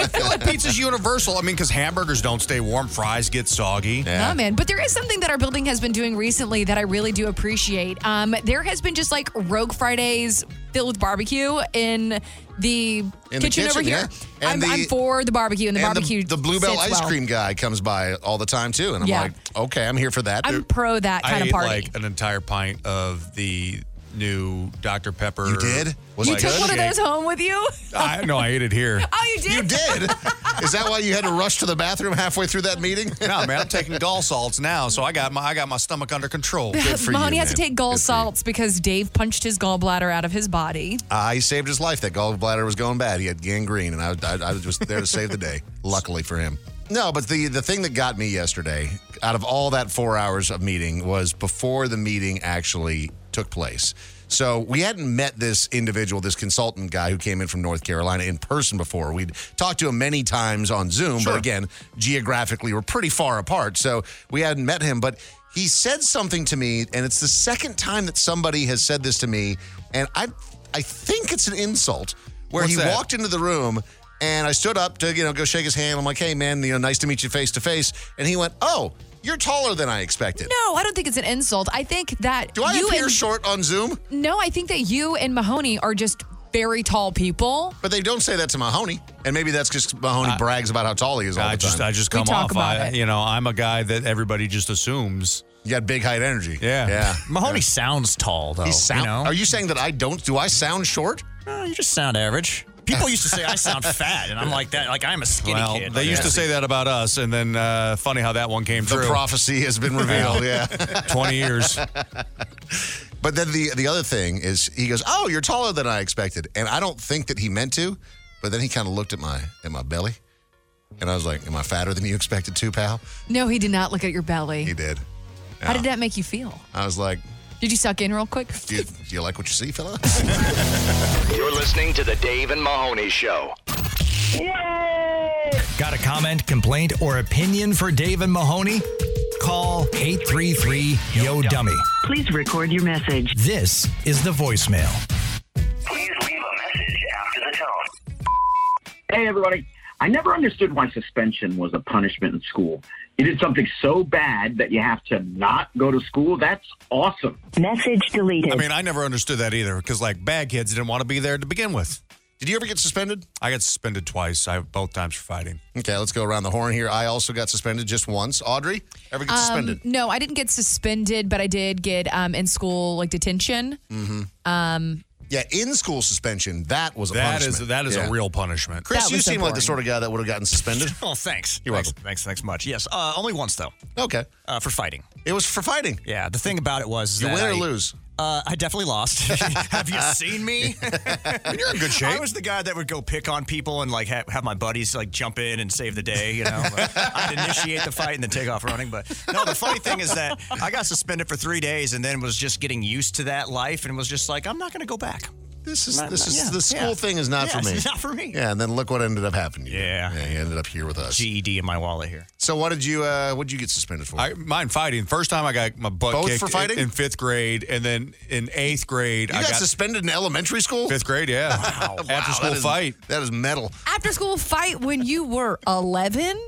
Speaker 4: feel like pizza's universal. I mean, because hamburgers don't stay warm, fries get soggy.
Speaker 5: Nah, Oh, man. But there is something that our building has been doing recently that I really do appreciate. Um, there has been just like Rogue Fridays filled with barbecue in the,
Speaker 3: the
Speaker 5: kitchen, over
Speaker 3: kitchen, yeah.
Speaker 5: here. I'm,
Speaker 3: And
Speaker 5: I'm
Speaker 3: the-
Speaker 5: for the barbecue and the
Speaker 3: and
Speaker 5: barbecue.
Speaker 3: The, the Bluebell
Speaker 5: sits
Speaker 3: ice
Speaker 5: well.
Speaker 3: cream guy comes by all the time too, and I'm
Speaker 5: Yeah.
Speaker 3: like, okay, I'm here for that.
Speaker 5: I'm pro that kind
Speaker 4: I
Speaker 5: of
Speaker 4: ate
Speaker 5: party.
Speaker 4: like an entire pint of the new Dr Pepper.
Speaker 3: You did? Was
Speaker 5: you
Speaker 4: like,
Speaker 5: took one of
Speaker 4: shake.
Speaker 5: those home with you?
Speaker 4: I, no, I ate it here.
Speaker 5: Oh, you did.
Speaker 3: you did. Is that why you had to rush to the bathroom halfway through that meeting?
Speaker 4: No, man, I'm taking gall salts now, so I got my I got my stomach under
Speaker 3: Oh,
Speaker 4: control.
Speaker 5: Mahoney has to take gall salts because Dave punched his gallbladder out of his body.
Speaker 3: I Ah, saved his life. That gallbladder was going bad. He had gangrene, and I, I, I was just there to save the day. Luckily for him. No, but the the thing that got me yesterday, out of all that four hours of meeting, was before the meeting actually took place. So we hadn't met this individual, this consultant guy who came in from North Carolina in person before. We'd talked to him many times on Zoom, but again, geographically we're pretty far apart. So we hadn't met him, but he said something to me, and it's the second time that somebody has said this to me, and I I think it's an insult. Where
Speaker 4: What's
Speaker 3: he
Speaker 4: that?
Speaker 3: walked into the room and I stood up to, you know, go shake his hand. I'm like, hey man, you know, nice to meet you face to face. And he went, Oh, You're taller than I expected.
Speaker 5: No, I don't think it's an insult. I think that
Speaker 3: Do I
Speaker 5: you
Speaker 3: appear
Speaker 5: and,
Speaker 3: short on Zoom?
Speaker 5: No, I think that you and Mahoney are just very tall people.
Speaker 3: But they don't say that to Mahoney, and maybe that's because Mahoney brags about how tall he is all
Speaker 4: I
Speaker 3: the
Speaker 4: just
Speaker 3: time.
Speaker 4: I just come off. I, You know, I'm a guy that everybody just assumes.
Speaker 3: You got big height energy.
Speaker 4: Yeah,
Speaker 3: Yeah.
Speaker 4: Mahoney
Speaker 10: sounds tall though.
Speaker 3: He sound,
Speaker 10: you know?
Speaker 3: Are you saying that I don't? Do I sound short?
Speaker 10: No, you just sound average. People used to say I sound fat, and I'm like that. Like I'm a skinny
Speaker 4: Well,
Speaker 10: kid.
Speaker 4: they
Speaker 10: Like,
Speaker 4: used to
Speaker 10: yeah.
Speaker 4: say that about us, and then uh, funny how that one came
Speaker 3: The
Speaker 4: through.
Speaker 3: prophecy has been revealed, yeah.
Speaker 4: 20 years.
Speaker 3: But then the the other thing is he goes, "Oh, you're taller than I expected," and I don't think that he meant to, but then he kind of looked at my at my belly, and I was like, "Am I fatter than you expected, too, pal?"
Speaker 5: No, he did not look at your belly.
Speaker 3: He did.
Speaker 5: How
Speaker 3: Yeah.
Speaker 5: did that make you feel?
Speaker 3: I was like,
Speaker 5: Did you suck in real quick?
Speaker 3: do you, do you like what you see, fella?"
Speaker 12: You're listening to the Dave and Mahoney Show.
Speaker 2: Got a comment, complaint, or opinion for Dave and Mahoney? Call 833 Yo Dummy.
Speaker 1: Please record your message.
Speaker 2: This is the voicemail.
Speaker 20: Hey, everybody. I never understood why suspension was a punishment in school. You did something so bad that you have to not go to school. That's awesome.
Speaker 1: Message deleted.
Speaker 4: I mean, I never understood that either because, like, bad kids didn't want to be there to begin with.
Speaker 3: Did you ever get suspended?
Speaker 4: I got suspended twice, I both times for fighting.
Speaker 3: Okay, let's go around the horn here. I also got suspended just once. Audrey, ever get
Speaker 5: Um,
Speaker 3: suspended?
Speaker 5: no, I didn't get suspended, but I did get um, in school like detention.
Speaker 3: Mm-hmm.
Speaker 5: Um,
Speaker 3: Yeah, in school suspension. That was a
Speaker 4: That is-
Speaker 3: punishment.
Speaker 4: that is a real
Speaker 3: punishment. Chris,
Speaker 10: That
Speaker 3: you
Speaker 10: was so
Speaker 3: seem like the
Speaker 10: boring.
Speaker 3: sort of guy that would have gotten suspended.
Speaker 10: Oh, thanks.
Speaker 3: You're
Speaker 10: thanks,
Speaker 3: welcome.
Speaker 10: Thanks, thanks much. Yes, uh, only once though.
Speaker 3: Okay.
Speaker 10: Uh, for fighting.
Speaker 3: It was for fighting.
Speaker 10: Yeah. The thing about it was
Speaker 3: You
Speaker 10: that
Speaker 3: win or
Speaker 10: I-
Speaker 3: lose?
Speaker 10: Uh, I definitely lost. Have you seen me? You're in good shape. I was the guy that would go pick on people and like ha- have my buddies like jump in and save the day. You know, Like, I'd initiate the fight and then take off running. But no, the funny thing is that I got suspended for three days and then was just getting used to that life and was just like, I'm not going to go back.
Speaker 3: This is
Speaker 10: Not-
Speaker 3: this is
Speaker 10: yeah,
Speaker 3: the school
Speaker 10: yeah.
Speaker 3: thing is not
Speaker 10: Yeah,
Speaker 3: for me.
Speaker 10: It's not for me.
Speaker 3: Yeah, and then look what ended up happening. Yeah. yeah, you ended up here with us.
Speaker 4: E
Speaker 10: GED in my wallet here.
Speaker 3: So what did you uh what did you get suspended for?
Speaker 4: I mine fighting. First time I got my butt
Speaker 3: Both
Speaker 4: kicked
Speaker 3: for fighting?
Speaker 4: in, in fifth grade, and then in eighth grade
Speaker 3: You
Speaker 4: I
Speaker 3: got
Speaker 4: got,
Speaker 3: suspended in elementary school.
Speaker 4: Fifth grade, yeah. After school
Speaker 3: that is-
Speaker 4: fight.
Speaker 3: That is metal.
Speaker 5: after school fight when you were 11?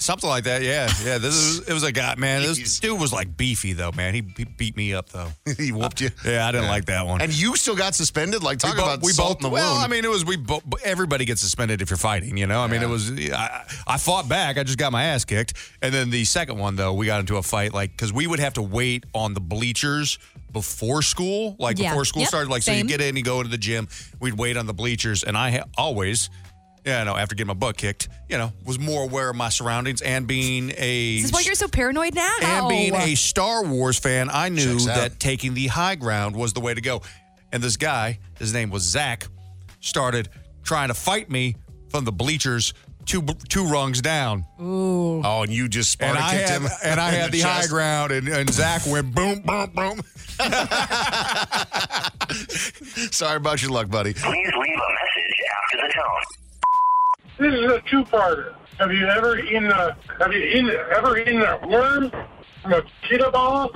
Speaker 4: Something like that, yeah, yeah. This is it was a guy, man. This dude was like beefy though, man. He, he beat me up though.
Speaker 3: he whooped you.
Speaker 4: Yeah, I didn't like that one.
Speaker 3: And you still got suspended? Like talk
Speaker 4: we both-
Speaker 3: about
Speaker 4: we
Speaker 3: salt
Speaker 4: both.
Speaker 3: in the
Speaker 4: well,
Speaker 3: wound.
Speaker 4: I mean, it was we. Bo- everybody gets suspended if you're fighting. You know, I mean, it was. I, I fought back. I just got my ass kicked. And then the second one though, we got into a fight like because we would have to wait on the bleachers before school, like
Speaker 12: Yeah.
Speaker 4: before school
Speaker 12: Yep.
Speaker 4: started. Like so,
Speaker 12: Same.
Speaker 4: you get in, you go into the gym. We'd wait on the bleachers, and I ha- always. Yeah, no. After getting my butt kicked, you know, was more aware of my surroundings and being a
Speaker 5: Is this why you're so paranoid now?
Speaker 4: and being a Star Wars fan, I knew
Speaker 12: Checks out.
Speaker 4: that taking the high ground was the way to go. And this guy, his name was Zach, started trying to fight me from the bleachers two two rungs down. Uh,
Speaker 5: Ooh.
Speaker 3: Oh, and you just
Speaker 4: And
Speaker 3: Sparta
Speaker 4: I
Speaker 3: kicked
Speaker 4: had,
Speaker 3: him
Speaker 4: and I
Speaker 3: in
Speaker 4: had the,
Speaker 3: the
Speaker 4: high
Speaker 3: chest.
Speaker 4: ground, and, and Zach went boom, boom, boom.
Speaker 3: Sorry about your luck, buddy.
Speaker 7: Please leave a message after the tone.
Speaker 19: This is a two-parter. Have you ever eaten a Have you eaten, ever eaten a worm from a pita ball?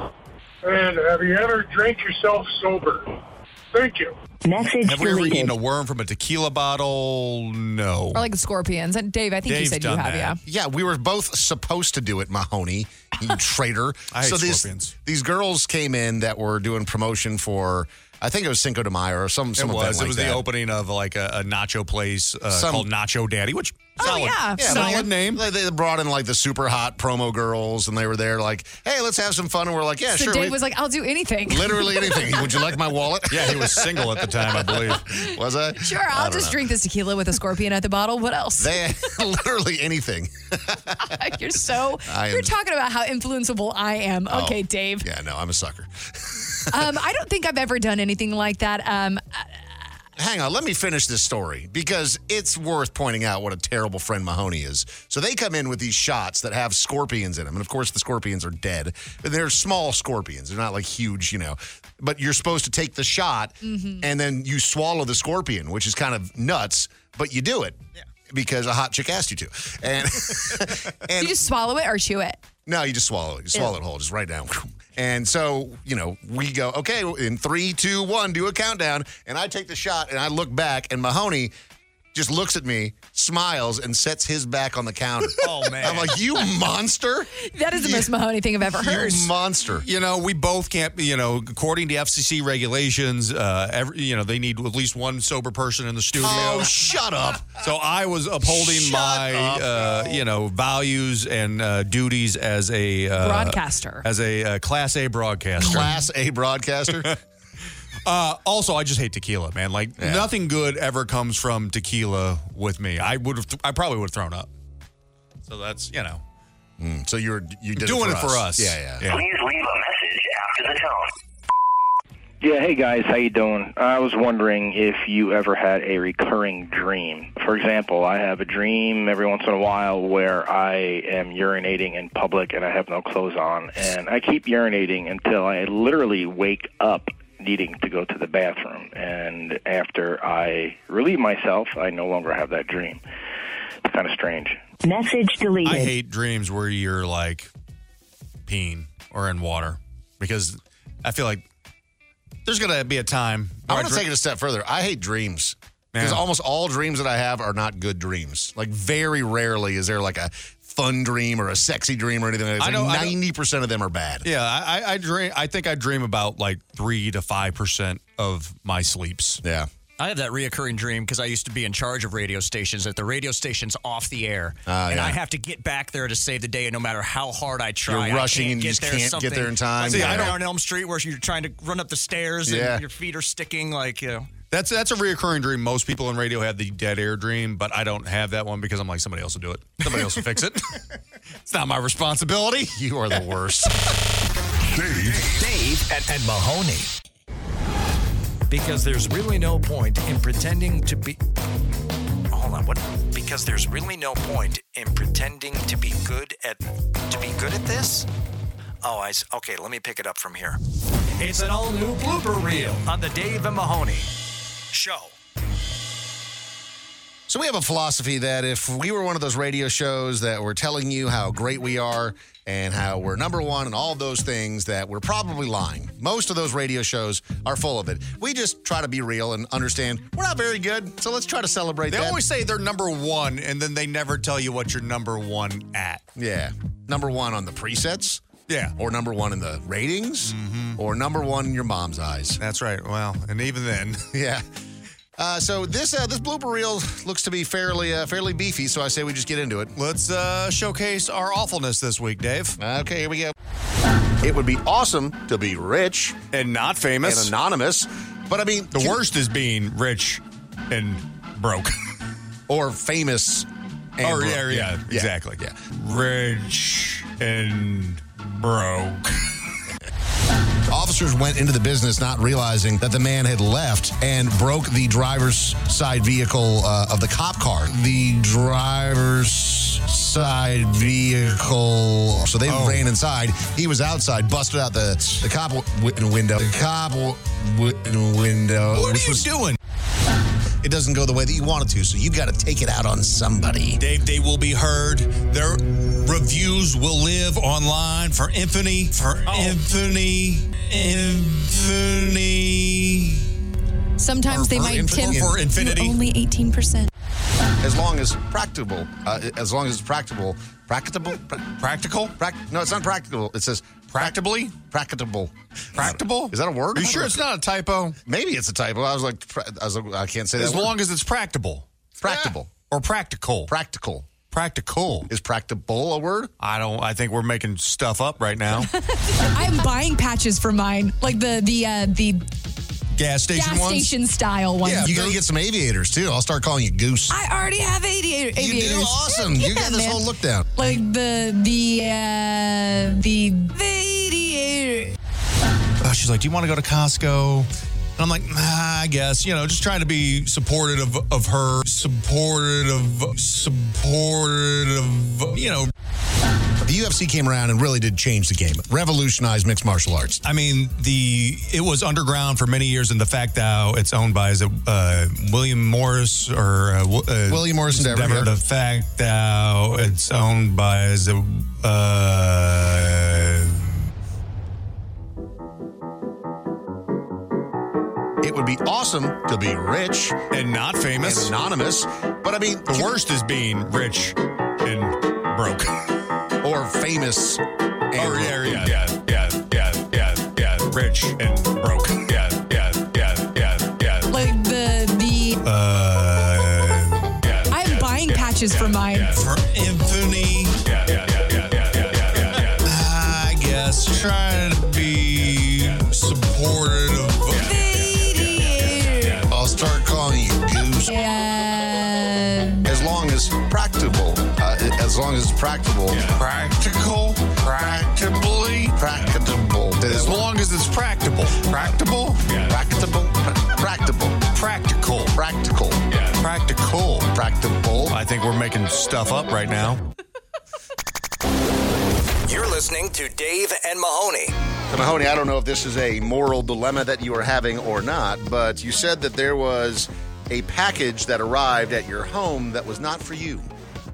Speaker 19: And have you ever drank yourself sober? Thank you.
Speaker 1: Message
Speaker 4: Have we ever
Speaker 1: deleted.
Speaker 4: eaten a worm from a tequila bottle? Oh, No.
Speaker 5: Or like the scorpions. And Dave, Oh, I think you
Speaker 4: Dave's
Speaker 5: said you
Speaker 4: done
Speaker 5: have,
Speaker 4: that.
Speaker 5: yeah.
Speaker 3: Yeah, we were both supposed to do it, Mahoney, you traitor.
Speaker 4: I hate
Speaker 3: so these,
Speaker 4: scorpions.
Speaker 3: these girls came in that were doing promotion for, I think it was Cinco de Mayo or some,
Speaker 4: It
Speaker 3: some event
Speaker 4: was.
Speaker 3: like
Speaker 4: it was
Speaker 3: that.
Speaker 4: the opening of like a, a nacho place uh,
Speaker 3: Some-
Speaker 4: called Nacho Daddy, which
Speaker 5: Oh,
Speaker 4: solid,
Speaker 5: yeah. Yeah,
Speaker 4: solid
Speaker 3: Solid name. They, they brought in like the super hot promo girls, and they were there like, "Hey, let's have some fun." And we're like, "Yeah,
Speaker 5: so
Speaker 3: sure."
Speaker 5: Dave
Speaker 3: we-
Speaker 5: was like, I'll do anything.
Speaker 3: literally anything. Would you like my wallet?
Speaker 4: Yeah, he was single at the time, I believe.
Speaker 3: Was I?
Speaker 5: Sure,
Speaker 3: I
Speaker 5: I'll
Speaker 3: don't
Speaker 5: just
Speaker 3: know.
Speaker 5: drink this tequila with a scorpion at the bottle. What else?
Speaker 3: They literally anything.
Speaker 5: you're so
Speaker 3: I am-
Speaker 5: you're talking about how influenceable I am.
Speaker 3: Oh.
Speaker 5: Um, Okay, Dave.
Speaker 3: Yeah, no, I'm a sucker.
Speaker 5: Um, I don't think I've ever done anything like that. Um,
Speaker 3: Hang on, let me finish this story because it's worth pointing out what a terrible friend Mahoney is. So they come in with these shots that have scorpions in them, and of course the scorpions are dead. But they're small scorpions; they're not like huge, you know. But you're supposed to take the shot, and then you swallow the scorpion, which is kind of nuts. But you do it because a hot chick asked you to, and
Speaker 5: you just swallow it or chew it.
Speaker 3: No, you just swallow it. You swallow
Speaker 5: Ew.
Speaker 3: it whole, just right down. And so, you know, we go, okay, in three, two, one, do a countdown. And I take the shot and I look back, and Mahoney just looks at me, smiles, and sets his back on the counter.
Speaker 10: Oh man!
Speaker 3: I'm like, you monster!
Speaker 5: That is the most Mahoney thing I've ever heard.
Speaker 3: You monster!
Speaker 4: You know, we both can't. be You know, according to FCC regulations, uh, every, you know they need at least one sober person in the studio.
Speaker 3: Oh, shut up!
Speaker 4: So I was upholding my, uh, you know, values and uh, duties as a uh,
Speaker 5: Broadcaster.
Speaker 4: as a uh, Class A broadcaster.
Speaker 3: Class A broadcaster.
Speaker 4: uh, also, I just hate tequila, man. Like nothing good ever comes from tequila with me. I would have, th- I probably would have thrown up. So that's you know,
Speaker 3: Mm, so you're you did
Speaker 4: doing
Speaker 3: it for,
Speaker 4: us.
Speaker 3: Yeah, yeah.
Speaker 7: Please leave a message after the tone.
Speaker 21: Yeah, hey guys, how you doing? I was wondering if you ever had a recurring dream. For example, I have a dream every once in a while where I am urinating in public and I have no clothes on, and I keep urinating until I literally wake up needing to go to the bathroom. And after I relieve myself, I no longer have that dream. It's kind of strange.
Speaker 1: Message deleted.
Speaker 4: I hate dreams where you're like peeing or in water because I feel like there's gonna be a time.
Speaker 3: I'm going to take it a step further. I hate dreams. Because
Speaker 4: Yeah.
Speaker 3: almost all dreams that I have are not good dreams. Like, very rarely is there like a fun dream or a sexy dream or anything like that.
Speaker 4: I
Speaker 3: It's
Speaker 4: know-
Speaker 3: like
Speaker 4: I know-
Speaker 3: 90% of them are bad.
Speaker 4: Yeah, I, I- I dream. I think I dream about like three to five percent of my sleeps.
Speaker 3: Yeah.
Speaker 10: I have that reoccurring dream because I used to be in charge of radio stations. That the radio station's off the air, and
Speaker 3: Ah, yeah.
Speaker 10: I have to get back there to save the day. And no matter how hard I try,
Speaker 3: You're rushing
Speaker 10: I can't
Speaker 3: and you
Speaker 10: get
Speaker 3: just
Speaker 10: there
Speaker 3: can't get
Speaker 10: something.
Speaker 3: there in time.
Speaker 10: Like,
Speaker 3: Yeah.
Speaker 10: I don't on Elm Street where you're trying to run up the stairs
Speaker 4: Yeah.
Speaker 10: and your feet are sticking. Like you know,
Speaker 4: That's that's a reoccurring dream. Most people in radio have the dead air dream, but I don't have that one because I'm like somebody else will do it. Somebody else will fix it. It's not my responsibility.
Speaker 3: You are the worst.
Speaker 2: Dave, Dave and, and Mahoney. Because there's really no point in pretending to be.
Speaker 12: Hold on, what? Because there's really no point in pretending to be good at to be good at this. Oh, I s- okay. Let me pick it up from here. It's an all-new blooper reel on the Dave and Mahoney show.
Speaker 3: So we have a philosophy that if we were one of those radio shows that were telling you how great we are and how we're number one and all those things, that we're probably lying. Most of those radio shows are full of it. We just try to be real and understand we're not very good, so let's try to celebrate
Speaker 4: They
Speaker 3: that.
Speaker 4: always say they're number one, and then they never tell you what you're number one at.
Speaker 3: yeah, number one on the presets.
Speaker 4: Yeah. Mm-hmm.
Speaker 3: Or number one in the ratings, or number one in your mom's eyes.
Speaker 4: That's right. Well, and even then,
Speaker 3: yeah. Uh, so this uh, this blooper reel looks to be fairly uh, fairly beefy. So I say we just get into it.
Speaker 4: Let's uh, showcase our awfulness this week, Dave.
Speaker 3: Okay, here we go. It would be awesome to be rich
Speaker 4: and not famous
Speaker 3: and anonymous, but I mean
Speaker 4: The worst is being rich and broke.
Speaker 3: or famous. And
Speaker 4: oh,
Speaker 3: broke.
Speaker 4: yeah, yeah, exactly.
Speaker 3: Yeah.
Speaker 4: Rich and broke.
Speaker 3: Officers went into the business not realizing that the man had left and broke the driver's side vehicle uh, of the cop car. The driver's side vehicle. So they
Speaker 4: Oh.
Speaker 3: ran inside. He was outside, busted out the, the cop w- window. The cop w- window.
Speaker 4: What
Speaker 3: which
Speaker 4: are you
Speaker 3: was-
Speaker 4: doing?
Speaker 3: It doesn't go the way that you want it to, so you've got to take it out on somebody.
Speaker 12: Dave, they will be heard. Their reviews will live online for infamy, for
Speaker 3: Oh.
Speaker 12: infamy, infamy.
Speaker 5: Sometimes they
Speaker 3: for
Speaker 5: might
Speaker 3: infin-
Speaker 5: tip
Speaker 3: for infinity.
Speaker 5: you Only 18%.
Speaker 3: as long as practicable, uh, as long as it's practicable, practicable, pra-
Speaker 4: Practical?
Speaker 3: prac- no, it's not practicable. It says practically practicable.
Speaker 4: Practicable?
Speaker 3: Is that a word?
Speaker 4: You sure it's not a typo?
Speaker 3: Maybe it's a typo. I was like, pra- I was like, I can't say that.
Speaker 4: As
Speaker 3: word.
Speaker 4: long as it's practicable.
Speaker 3: practicable,
Speaker 4: Or practical.
Speaker 3: practical
Speaker 4: Practical.
Speaker 3: is practicable a word?
Speaker 4: I don't I think we're making stuff up right now.
Speaker 5: I'm buying patches for mine, like the the uh, the
Speaker 4: Gas station
Speaker 5: gas
Speaker 4: ones.
Speaker 5: station style ones.
Speaker 3: you gotta get some aviators too. I'll start calling you goose.
Speaker 5: I already have aviator,
Speaker 3: you
Speaker 5: aviators.
Speaker 3: do awesome. you got
Speaker 5: Yeah,
Speaker 3: this
Speaker 5: man.
Speaker 3: whole look down.
Speaker 5: Like the the uh, the radiator.
Speaker 4: Oh, she's like, "Do you want to go to Costco?" And I'm like, nah, "I guess." You know, just trying to be supportive of, of her, supportive, supportive. You know,
Speaker 3: The UFC came around and really did change the game, revolutionized mixed martial arts.
Speaker 4: I mean, the it was underground for many years, and the fact that it's owned by is it uh, William Morris or uh, Wi- uh,
Speaker 3: William Morris Endeavor, yeah.
Speaker 4: The fact that it's owned by is it, uh,
Speaker 3: It it would be awesome to be rich and not famous, and anonymous. But I mean, the worst is being rich and broke, or famous. And
Speaker 4: Oh, yeah, yeah, yeah, yeah, yeah, yeah, yeah. Rich and broke. Yeah, yeah, yeah, yeah, yeah.
Speaker 8: Like the the
Speaker 4: Uh, yeah.
Speaker 8: I'm buying patches for mine.
Speaker 4: For Anthony. Yeah, yeah, yeah, yeah, yeah, yeah, yeah, yeah. I guess trying to be supportive of.
Speaker 3: I'll start calling you goose.
Speaker 8: Yeah.
Speaker 3: As long as practicable. Uh, as long as it's practicable. Practical. Practically. Practicable. As long as it's practicable. Practicable. Practicable. Practicable. Practical. Practical. Practical. Practical.
Speaker 4: I think we're making stuff up right now.
Speaker 12: You're listening to Dave and Mahoney.
Speaker 3: So, Mahoney, I don't know if this is a moral dilemma that you are having or not, but you said that there was a package that arrived at your home that was not for you.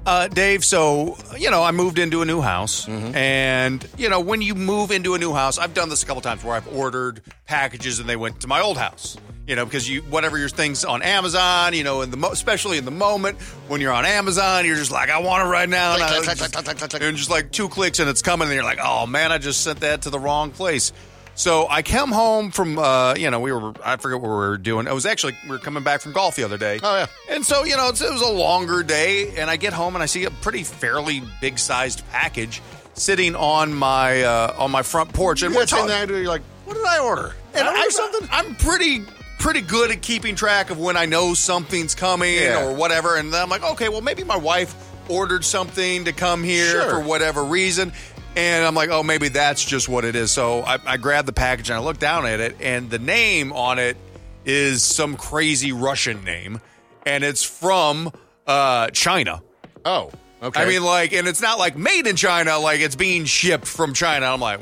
Speaker 4: Uh, Dave, so, you know, I moved into a new house. And, you know, when you move into a new house, I've done this a couple times where I've ordered packages and they went to my old house. You know, because you whatever your things on Amazon, you know, in the mo- especially in the moment when you're on Amazon, you're just like, I want it right now, and, I
Speaker 3: Click, click,
Speaker 4: just- and just like two clicks and it's coming, and you're like, oh man, I just sent that to the wrong place. So I come home from, uh, you know, we were, I forget what we were doing. I was actually, we were coming back from golf the other day. Oh, yeah. And so, you know, it's, it was a longer day. And I get home and I see a pretty fairly big sized package sitting on my, uh, on my front porch. And
Speaker 3: You're
Speaker 4: we're
Speaker 3: sitting
Speaker 4: talking.
Speaker 3: there, You're like,
Speaker 4: what did I order? And I am something. I'm pretty pretty good at keeping track of when I know something's coming
Speaker 3: Yeah.
Speaker 4: or whatever, and then I'm like, okay, well maybe my wife ordered something to come here
Speaker 3: Sure.
Speaker 4: for whatever reason. And I'm like, oh, maybe that's just what it is. So I, I grabbed the package and I looked down at it, and the name on it is some crazy Russian name, and it's from uh, China.
Speaker 3: Oh, okay.
Speaker 4: I mean, like, and it's not like made in China, like it's being shipped from China. I'm like,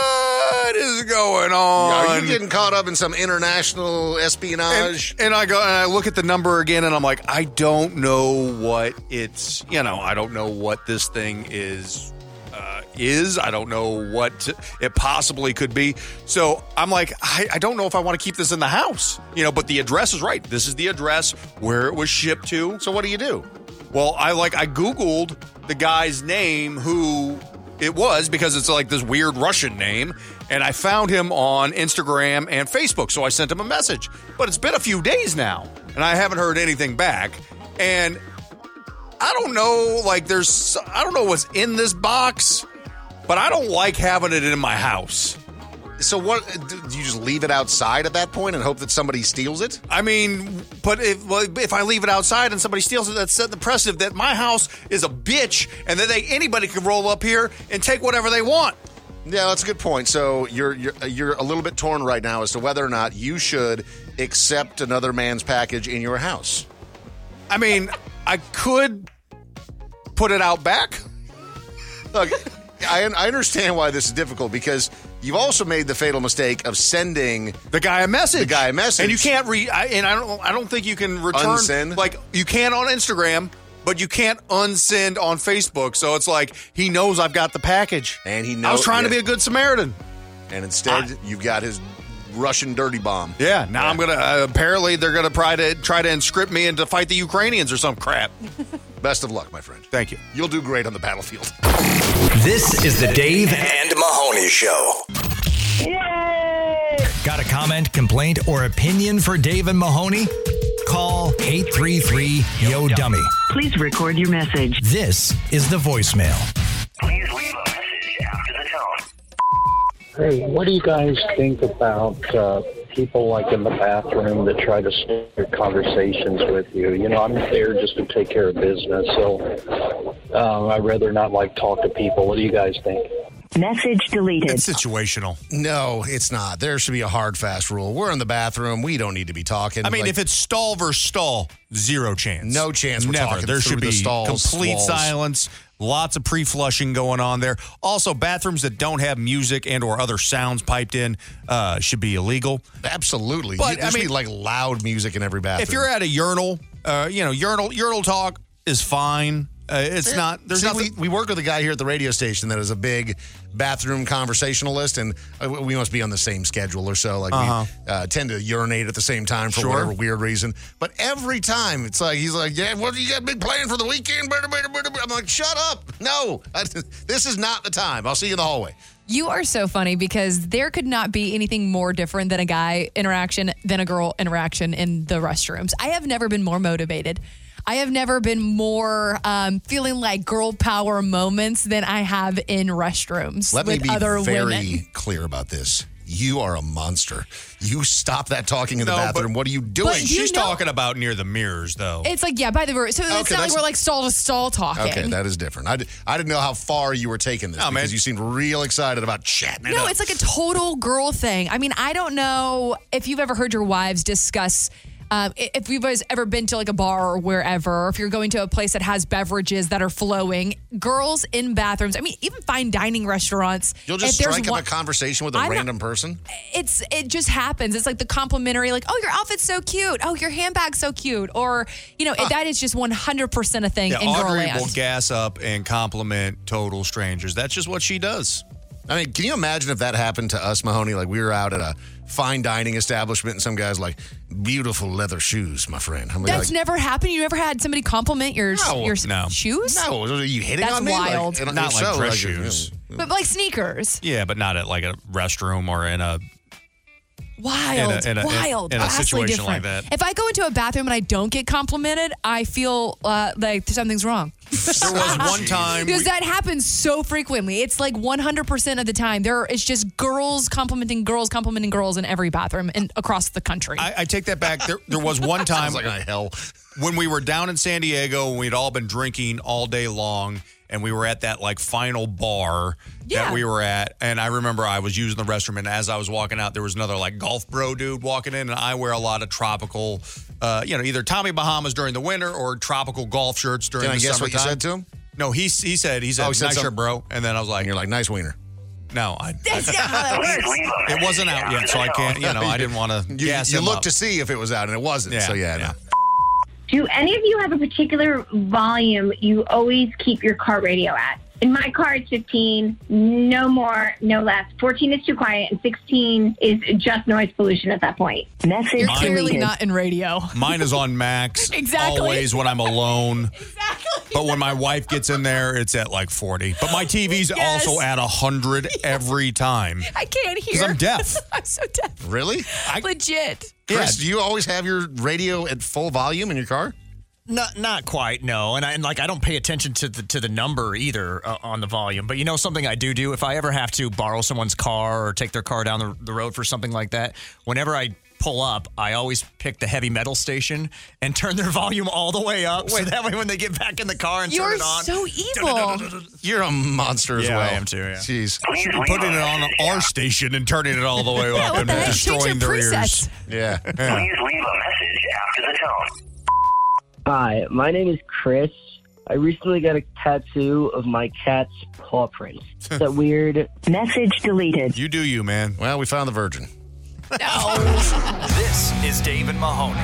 Speaker 4: what is going on?
Speaker 3: Are you getting caught up in some international espionage?
Speaker 4: And I go and I look at the number again, and I'm like, I don't know what it's. You know, I don't know what this thing is. Uh, is I don't know what it possibly could be. So I'm like, I, I don't know if I want to keep this in the house. You know, but the address is right. This is the address where it was shipped to.
Speaker 3: So what do you do?
Speaker 4: Well, I like I googled the guy's name who it was because it's like this weird Russian name, and I found him on Instagram and Facebook. So I sent him a message, but it's been a few days now, and I haven't heard anything back. And I don't know, like there's I don't know what's in this box, but I don't like having it in my house.
Speaker 3: So what do you just leave it outside at that point and hope that somebody steals it?
Speaker 4: I mean, but if well, if I leave it outside and somebody steals it, that's set the precedent that my house is a bitch, and that they anybody could roll up here and take whatever they want.
Speaker 3: Yeah, that's a good point. So you're you're uh, you're a little bit torn right now as to whether or not you should accept another man's package in your house.
Speaker 4: I mean, I could put it out back.
Speaker 3: Look, I I understand why this is difficult because you've also made the fatal mistake of sending
Speaker 4: the guy a message.
Speaker 3: The guy a message,
Speaker 4: And you can't re. I, and I don't. I don't think you can return.
Speaker 3: Unsend?
Speaker 4: Like you can on Instagram, but you can't unsend on Facebook. So it's like he knows I've got the package,
Speaker 3: and he
Speaker 4: I
Speaker 3: knows.
Speaker 4: was trying to be a good Samaritan.
Speaker 3: and instead you've got his Russian dirty bomb.
Speaker 4: Yeah. Now I'm gonna. Uh, apparently, they're gonna try to try to inscript me into fight the Ukrainians or some crap.
Speaker 3: Best of luck, my friend.
Speaker 4: Thank you.
Speaker 3: You'll do great on the battlefield.
Speaker 2: This is the Dave
Speaker 12: and Mahoney Show.
Speaker 2: Got a comment, complaint, or opinion for Dave and Mahoney? Call 833 Yo Dummy.
Speaker 1: Please record your message.
Speaker 2: This is the voicemail.
Speaker 22: Hey, what do you guys think about uh, people like in the bathroom that try to start conversations with you? You know, I'm there just to take care of business, so um, I'd rather not like talk to people. What do you guys think?
Speaker 1: Message deleted.
Speaker 4: situational.
Speaker 3: No, it's not. There should be a hard fast rule. We're in the bathroom. We don't need to be talking.
Speaker 4: I mean, if it's stall versus stall, zero chance.
Speaker 3: No chance we're
Speaker 4: Never.
Speaker 3: talking
Speaker 4: there
Speaker 3: through
Speaker 4: should
Speaker 3: the
Speaker 4: be
Speaker 3: stalls,
Speaker 4: complete
Speaker 3: walls.
Speaker 4: silence. Lots of pre-flushing going on there. Also, bathrooms that don't have music and or other sounds piped in uh, should be illegal.
Speaker 3: Absolutely.
Speaker 4: But
Speaker 3: There
Speaker 4: I
Speaker 3: should be,
Speaker 4: mean,
Speaker 3: like loud music in every bathroom.
Speaker 4: if you're at a urinal, uh, you know, urinal urinal talk is fine. Uh, it's not. There's
Speaker 3: See, we, we work with a guy here at the radio station that is a big bathroom conversationalist, and uh, we must be on the same schedule or so. Like
Speaker 10: Uh-huh.
Speaker 3: we uh, tend to urinate at the same time for
Speaker 10: Sure.
Speaker 3: whatever weird reason. But every time it's like he's like, "Yeah, what do you got big plan for the weekend?" Blah, blah, blah, blah, blah." I'm like, "Shut up! No, I- this is not the time. I'll see you in the hallway."
Speaker 5: You are so funny because there could not be anything more different than a guy interaction than a girl interaction in the restrooms. I have never been more motivated. I have never been more um, feeling like girl power moments than I have in restrooms
Speaker 3: Let
Speaker 5: with
Speaker 3: me be
Speaker 5: other
Speaker 3: very
Speaker 5: women.
Speaker 3: clear about this. You are a monster. You stop that talking in the
Speaker 4: No, but-
Speaker 3: bathroom. what are you doing?
Speaker 5: But do you She's know- talking
Speaker 4: about near the mirrors, though.
Speaker 5: It's like yeah, by the way, so it's
Speaker 3: Okay,
Speaker 5: not like
Speaker 3: that's-
Speaker 5: we're like stall to stall talking.
Speaker 3: Okay, that is different. I, d- I didn't know how far you were taking this because you seemed real excited about chatting. it
Speaker 5: No,
Speaker 3: up.
Speaker 5: it's like a total girl thing. I mean, I don't know if you've ever heard your wives discuss. Um, i- if you've always ever been to like a bar or wherever, or if you're going to a place that has beverages that are flowing, girls in bathrooms. I mean, even fine dining restaurants.
Speaker 3: You'll just
Speaker 5: if there's
Speaker 3: strike up
Speaker 5: one-
Speaker 3: a conversation with a
Speaker 5: I'm not-
Speaker 3: random person.
Speaker 5: it's it just happens. It's like the complimentary, like, oh, your outfit's so cute. Oh, your handbag's so cute. Or you know, that is just 100 percent a thing
Speaker 4: Yeah,
Speaker 5: in girl
Speaker 4: Audrey
Speaker 5: land.
Speaker 4: will gas up and compliment total strangers. That's just what she does.
Speaker 3: I mean, can you imagine if that happened to us, Mahoney? Like we were out at a fine dining establishment, and some guys like beautiful leather shoes, my friend. I'm
Speaker 5: That's
Speaker 3: like,
Speaker 5: never happened. You never had somebody compliment your
Speaker 3: No,
Speaker 5: your
Speaker 3: no.
Speaker 5: shoes.
Speaker 3: No, are you hitting
Speaker 5: That's
Speaker 3: on me?
Speaker 5: wild.
Speaker 3: and-
Speaker 4: Not
Speaker 3: if
Speaker 4: like dress
Speaker 3: you know,
Speaker 4: shoes.
Speaker 5: But like sneakers.
Speaker 4: Yeah, but not at like a restroom or in a.
Speaker 5: Wild,
Speaker 4: In a- in a- in-
Speaker 5: wild,
Speaker 4: in a
Speaker 5: vastly
Speaker 4: situation like
Speaker 5: different.
Speaker 4: that.
Speaker 5: If I go into a bathroom and I don't get complimented, I feel uh, like something's wrong.
Speaker 4: There was one time.
Speaker 5: Because that happens so frequently. It's like 100% of the time. There, it's just girls complimenting girls, complimenting girls in every bathroom and across the country.
Speaker 4: I, I take that back. There, there was one time.
Speaker 3: Sounds like a hell.
Speaker 4: When we were down in San Diego, and we'd all been drinking all day long, and we were at that like final bar
Speaker 5: Yeah.
Speaker 4: that we were at, and I remember I was using the restroom, and as I was walking out, there was another like golf bro dude walking in, and I wear a lot of tropical, uh, you know, either Tommy Bahamas during the winter or tropical golf shirts during
Speaker 3: Can I
Speaker 4: the
Speaker 3: guess what you said
Speaker 4: summertime.
Speaker 3: to him?
Speaker 4: No, he he said he said,
Speaker 3: Oh, he said
Speaker 4: nice shirt,
Speaker 3: something-
Speaker 4: bro, and then I was like,
Speaker 3: you're like nice wiener.
Speaker 4: No, I,
Speaker 5: That's not how that works.
Speaker 4: it wasn't out yet, so I can't. You know, I didn't want to.
Speaker 3: You, you looked to see if it was out, and it wasn't. so yeah, no.
Speaker 9: Do any of you have a particular volume you always keep your car radio at? In my car, it's 15, no more, no less. 14 is too quiet, and 16 is just noise pollution at that point.
Speaker 5: You're
Speaker 4: Mine-
Speaker 5: clearly not in radio.
Speaker 4: Mine is on max.
Speaker 5: Exactly.
Speaker 4: Always when I'm alone. exactly. But when my wife gets in there, it's at like 40. But my TV's
Speaker 5: Yes.
Speaker 4: also at 100 every time.
Speaker 5: I can't hear.
Speaker 4: 'Cause I'm deaf.
Speaker 5: I'm so deaf.
Speaker 3: Really?
Speaker 5: Legit.
Speaker 3: Chris, do you always have your radio at full volume in your car?
Speaker 10: Not not quite, no. And I and like I don't pay attention to the to the number either uh, on the volume. But you know something I do do if I ever have to borrow someone's car or take their car down the, the road for something like that. Whenever I pull up, I always pick the heavy metal station and turn their volume all the way up. So that way when they get back in the car and turn
Speaker 5: You're
Speaker 10: it on.
Speaker 5: so evil.
Speaker 3: You're a monster as
Speaker 10: Yeah,
Speaker 3: well.
Speaker 10: I am too, yeah.
Speaker 3: Jeez.
Speaker 4: Should be putting it on our station and turning it all the way
Speaker 7: Yeah,
Speaker 4: up
Speaker 7: what
Speaker 4: and
Speaker 7: the heck? Change
Speaker 4: destroying
Speaker 7: your
Speaker 4: their ears.
Speaker 7: presets.
Speaker 3: Yeah.
Speaker 7: Please leave a message after the tone.
Speaker 11: Hi, my name is Chris. I recently got a tattoo of my cat's paw print. Is that weird?
Speaker 1: Message deleted.
Speaker 4: You do you, man.
Speaker 3: Well, we found the virgin.
Speaker 12: This is Dave and Mahoney.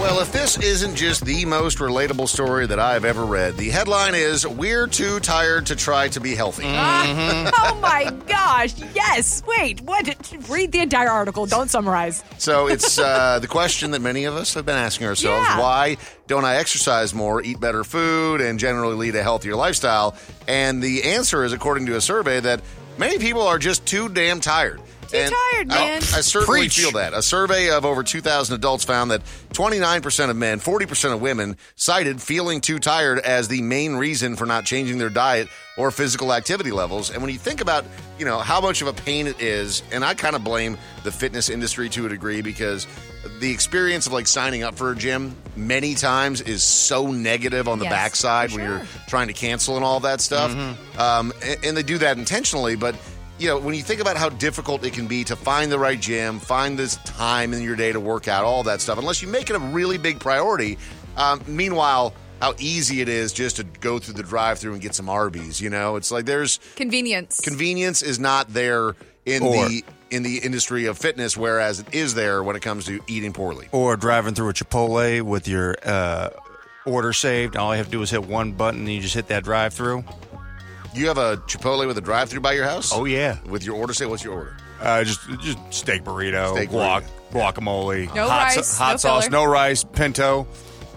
Speaker 3: Well, if this isn't just the most relatable story that I've ever read, the headline is We're Too Tired to Try to Be Healthy.
Speaker 4: Mm-hmm.
Speaker 5: oh my gosh. Yes. Wait, what? Read the entire article. Don't summarize.
Speaker 3: so it's uh, the question that many of us have been asking ourselves
Speaker 5: Yeah.
Speaker 3: why don't I exercise more, eat better food, and generally lead a healthier lifestyle? And the answer is, according to a survey, that many people are just too damn tired. Too
Speaker 5: tired,
Speaker 3: I,
Speaker 5: man.
Speaker 3: I certainly
Speaker 4: Preach.
Speaker 3: feel that. A survey of over 2,000 adults found that 29% of men, 40% of women cited feeling too tired as the main reason for not changing their diet or physical activity levels. And when you think about, you know, how much of a pain it is, and I kind of blame the fitness industry to a degree because the experience of like signing up for a gym many times is so negative on the
Speaker 23: Yes,
Speaker 3: backside
Speaker 23: for
Speaker 3: when
Speaker 23: sure.
Speaker 3: you're trying to cancel and all that stuff.
Speaker 4: Mm-hmm.
Speaker 3: Um, a- and, they do that intentionally, but you know, when you think about how difficult it can be to find the right gym, find this time in your day to work out, all that stuff, unless you make it a really big priority. Um, meanwhile, how easy it is just to go through the drive-through and get some Arby's. You know, it's like there's
Speaker 5: Convenience.
Speaker 3: convenience is not there in
Speaker 4: Or-
Speaker 3: the in the industry of fitness, whereas it is there when it comes to eating poorly.
Speaker 4: Or driving through a Chipotle with your uh, order saved. All I have to do is hit one button, and you just hit that drive through.
Speaker 3: You have a Chipotle with a drive through by your house?
Speaker 4: Oh yeah.
Speaker 3: With your order, say what's your order?
Speaker 4: Uh, just just steak burrito,
Speaker 3: Steak
Speaker 4: Oh, guac, guacamole,
Speaker 3: No
Speaker 4: hot,
Speaker 3: rice,
Speaker 4: hot
Speaker 3: no
Speaker 4: sauce,
Speaker 3: filler.
Speaker 4: no rice, pinto.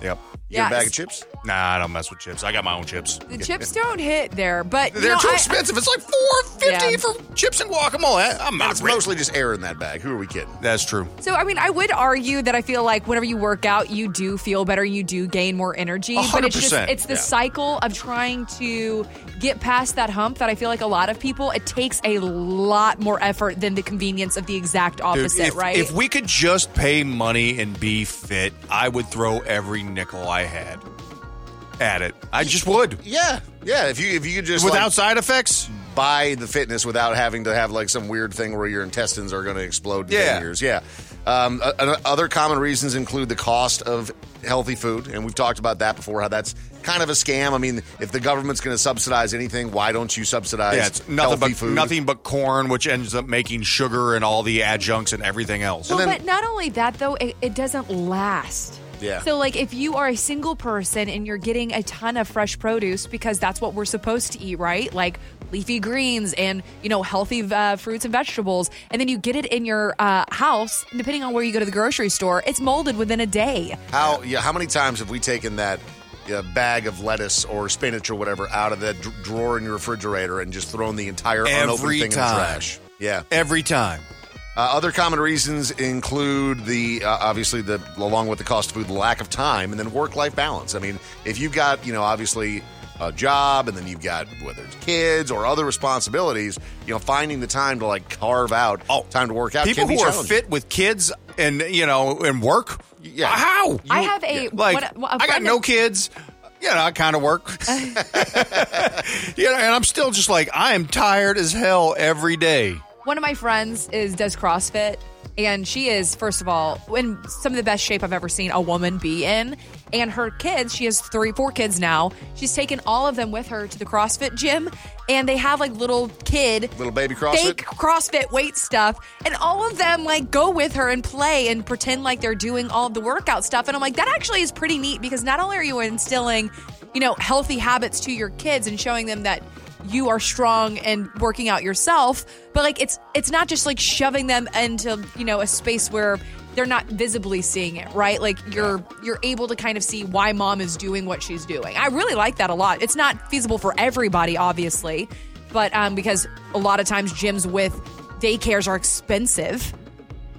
Speaker 4: Yep.
Speaker 5: You got a Yeah, bag of it's-
Speaker 3: chips?
Speaker 4: Nah, I don't mess with chips. I got my own chips.
Speaker 5: The chips don't hit there, but you
Speaker 4: They're
Speaker 5: know,
Speaker 4: too
Speaker 5: I-
Speaker 4: expensive. It's like four fifty
Speaker 5: Yeah.
Speaker 4: for chips and guacamole. I, am not.
Speaker 3: eh? It's mostly just air in that bag. Who are we kidding?
Speaker 4: That's true.
Speaker 5: So I mean, I would argue that I feel like whenever you work out, you do feel better, you do gain more energy. But it's just
Speaker 4: 100%,
Speaker 5: it's the
Speaker 4: yeah.
Speaker 5: cycle of trying to get past that hump that I feel like a lot of people it takes a lot more effort than the convenience of the exact
Speaker 4: Dude,
Speaker 5: opposite,
Speaker 4: if,
Speaker 5: right?
Speaker 4: If we could just pay money and be fit, I would throw every nickel I had at it. I just would.
Speaker 3: Yeah, yeah. If you if you could just
Speaker 4: Without
Speaker 3: side effects, buy the fitness without having to have like some weird thing where your intestines are going to explode. In
Speaker 4: Yeah.
Speaker 3: 10 years. yeah. Um, o- o- other common reasons include the cost of healthy food, and we've talked about that before. How that's kind of a scam. I mean, if the government's going to subsidize anything, why don't you subsidize
Speaker 4: Yeah, it's nothing
Speaker 3: healthy
Speaker 4: but
Speaker 3: food?
Speaker 4: nothing but corn, which ends up making sugar and all the adjuncts and everything else.
Speaker 5: well, but not only that though, it, it doesn't last.
Speaker 4: Yeah.
Speaker 5: So like if you are a single person and you're getting a ton of fresh produce because that's what we're supposed to eat, right? Like leafy greens and you know healthy uh, fruits and vegetables, and then you get it in your uh, house. Depending on where you go to the grocery store, it's molded within a day.
Speaker 3: How yeah? How many times have we taken that uh, bag of lettuce or spinach or whatever out of that dr- drawer in your refrigerator and just thrown the entire
Speaker 4: Every
Speaker 3: unopened thing in the
Speaker 4: time.
Speaker 3: trash? Yeah,
Speaker 4: every time.
Speaker 3: Uh, other common reasons include the uh, obviously the along with the cost of food, the lack of time, and then work-life balance. I mean, if you've got you know obviously a job and then you've got whether it's kids or other responsibilities, you know, finding the time to like carve out time to work out.
Speaker 4: Oh,
Speaker 3: can
Speaker 4: People
Speaker 3: be
Speaker 4: who are
Speaker 3: challenging.
Speaker 4: fit with kids and you know and work. Yeah. How?
Speaker 5: I have a-
Speaker 4: like.
Speaker 5: what- what- a
Speaker 4: I got
Speaker 5: friend
Speaker 4: no
Speaker 5: of-
Speaker 4: kids. You know, I kind of work. you know, and I'm still just like I am tired as hell every day.
Speaker 5: One of my friends is does CrossFit, and she is first of all in some of the best shape I've ever seen a woman be in. And her kids, she has three, four kids now. She's taken all of them with her to the CrossFit gym, and they have like little kid,
Speaker 3: little baby CrossFit.
Speaker 5: fake CrossFit weight stuff, and all of them like go with her and play and pretend like they're doing all of the workout stuff. And I'm like, that actually is pretty neat because not only are you instilling, you know, healthy habits to your kids and showing them that you are strong and working out yourself, but like it's it's not just like shoving them into you know a space where they're not visibly seeing it, right? Like you're you're able to kind of see why mom is doing what she's doing. I really like that a lot. It's not feasible for everybody, obviously, but um, because a lot of times gyms with daycares are expensive.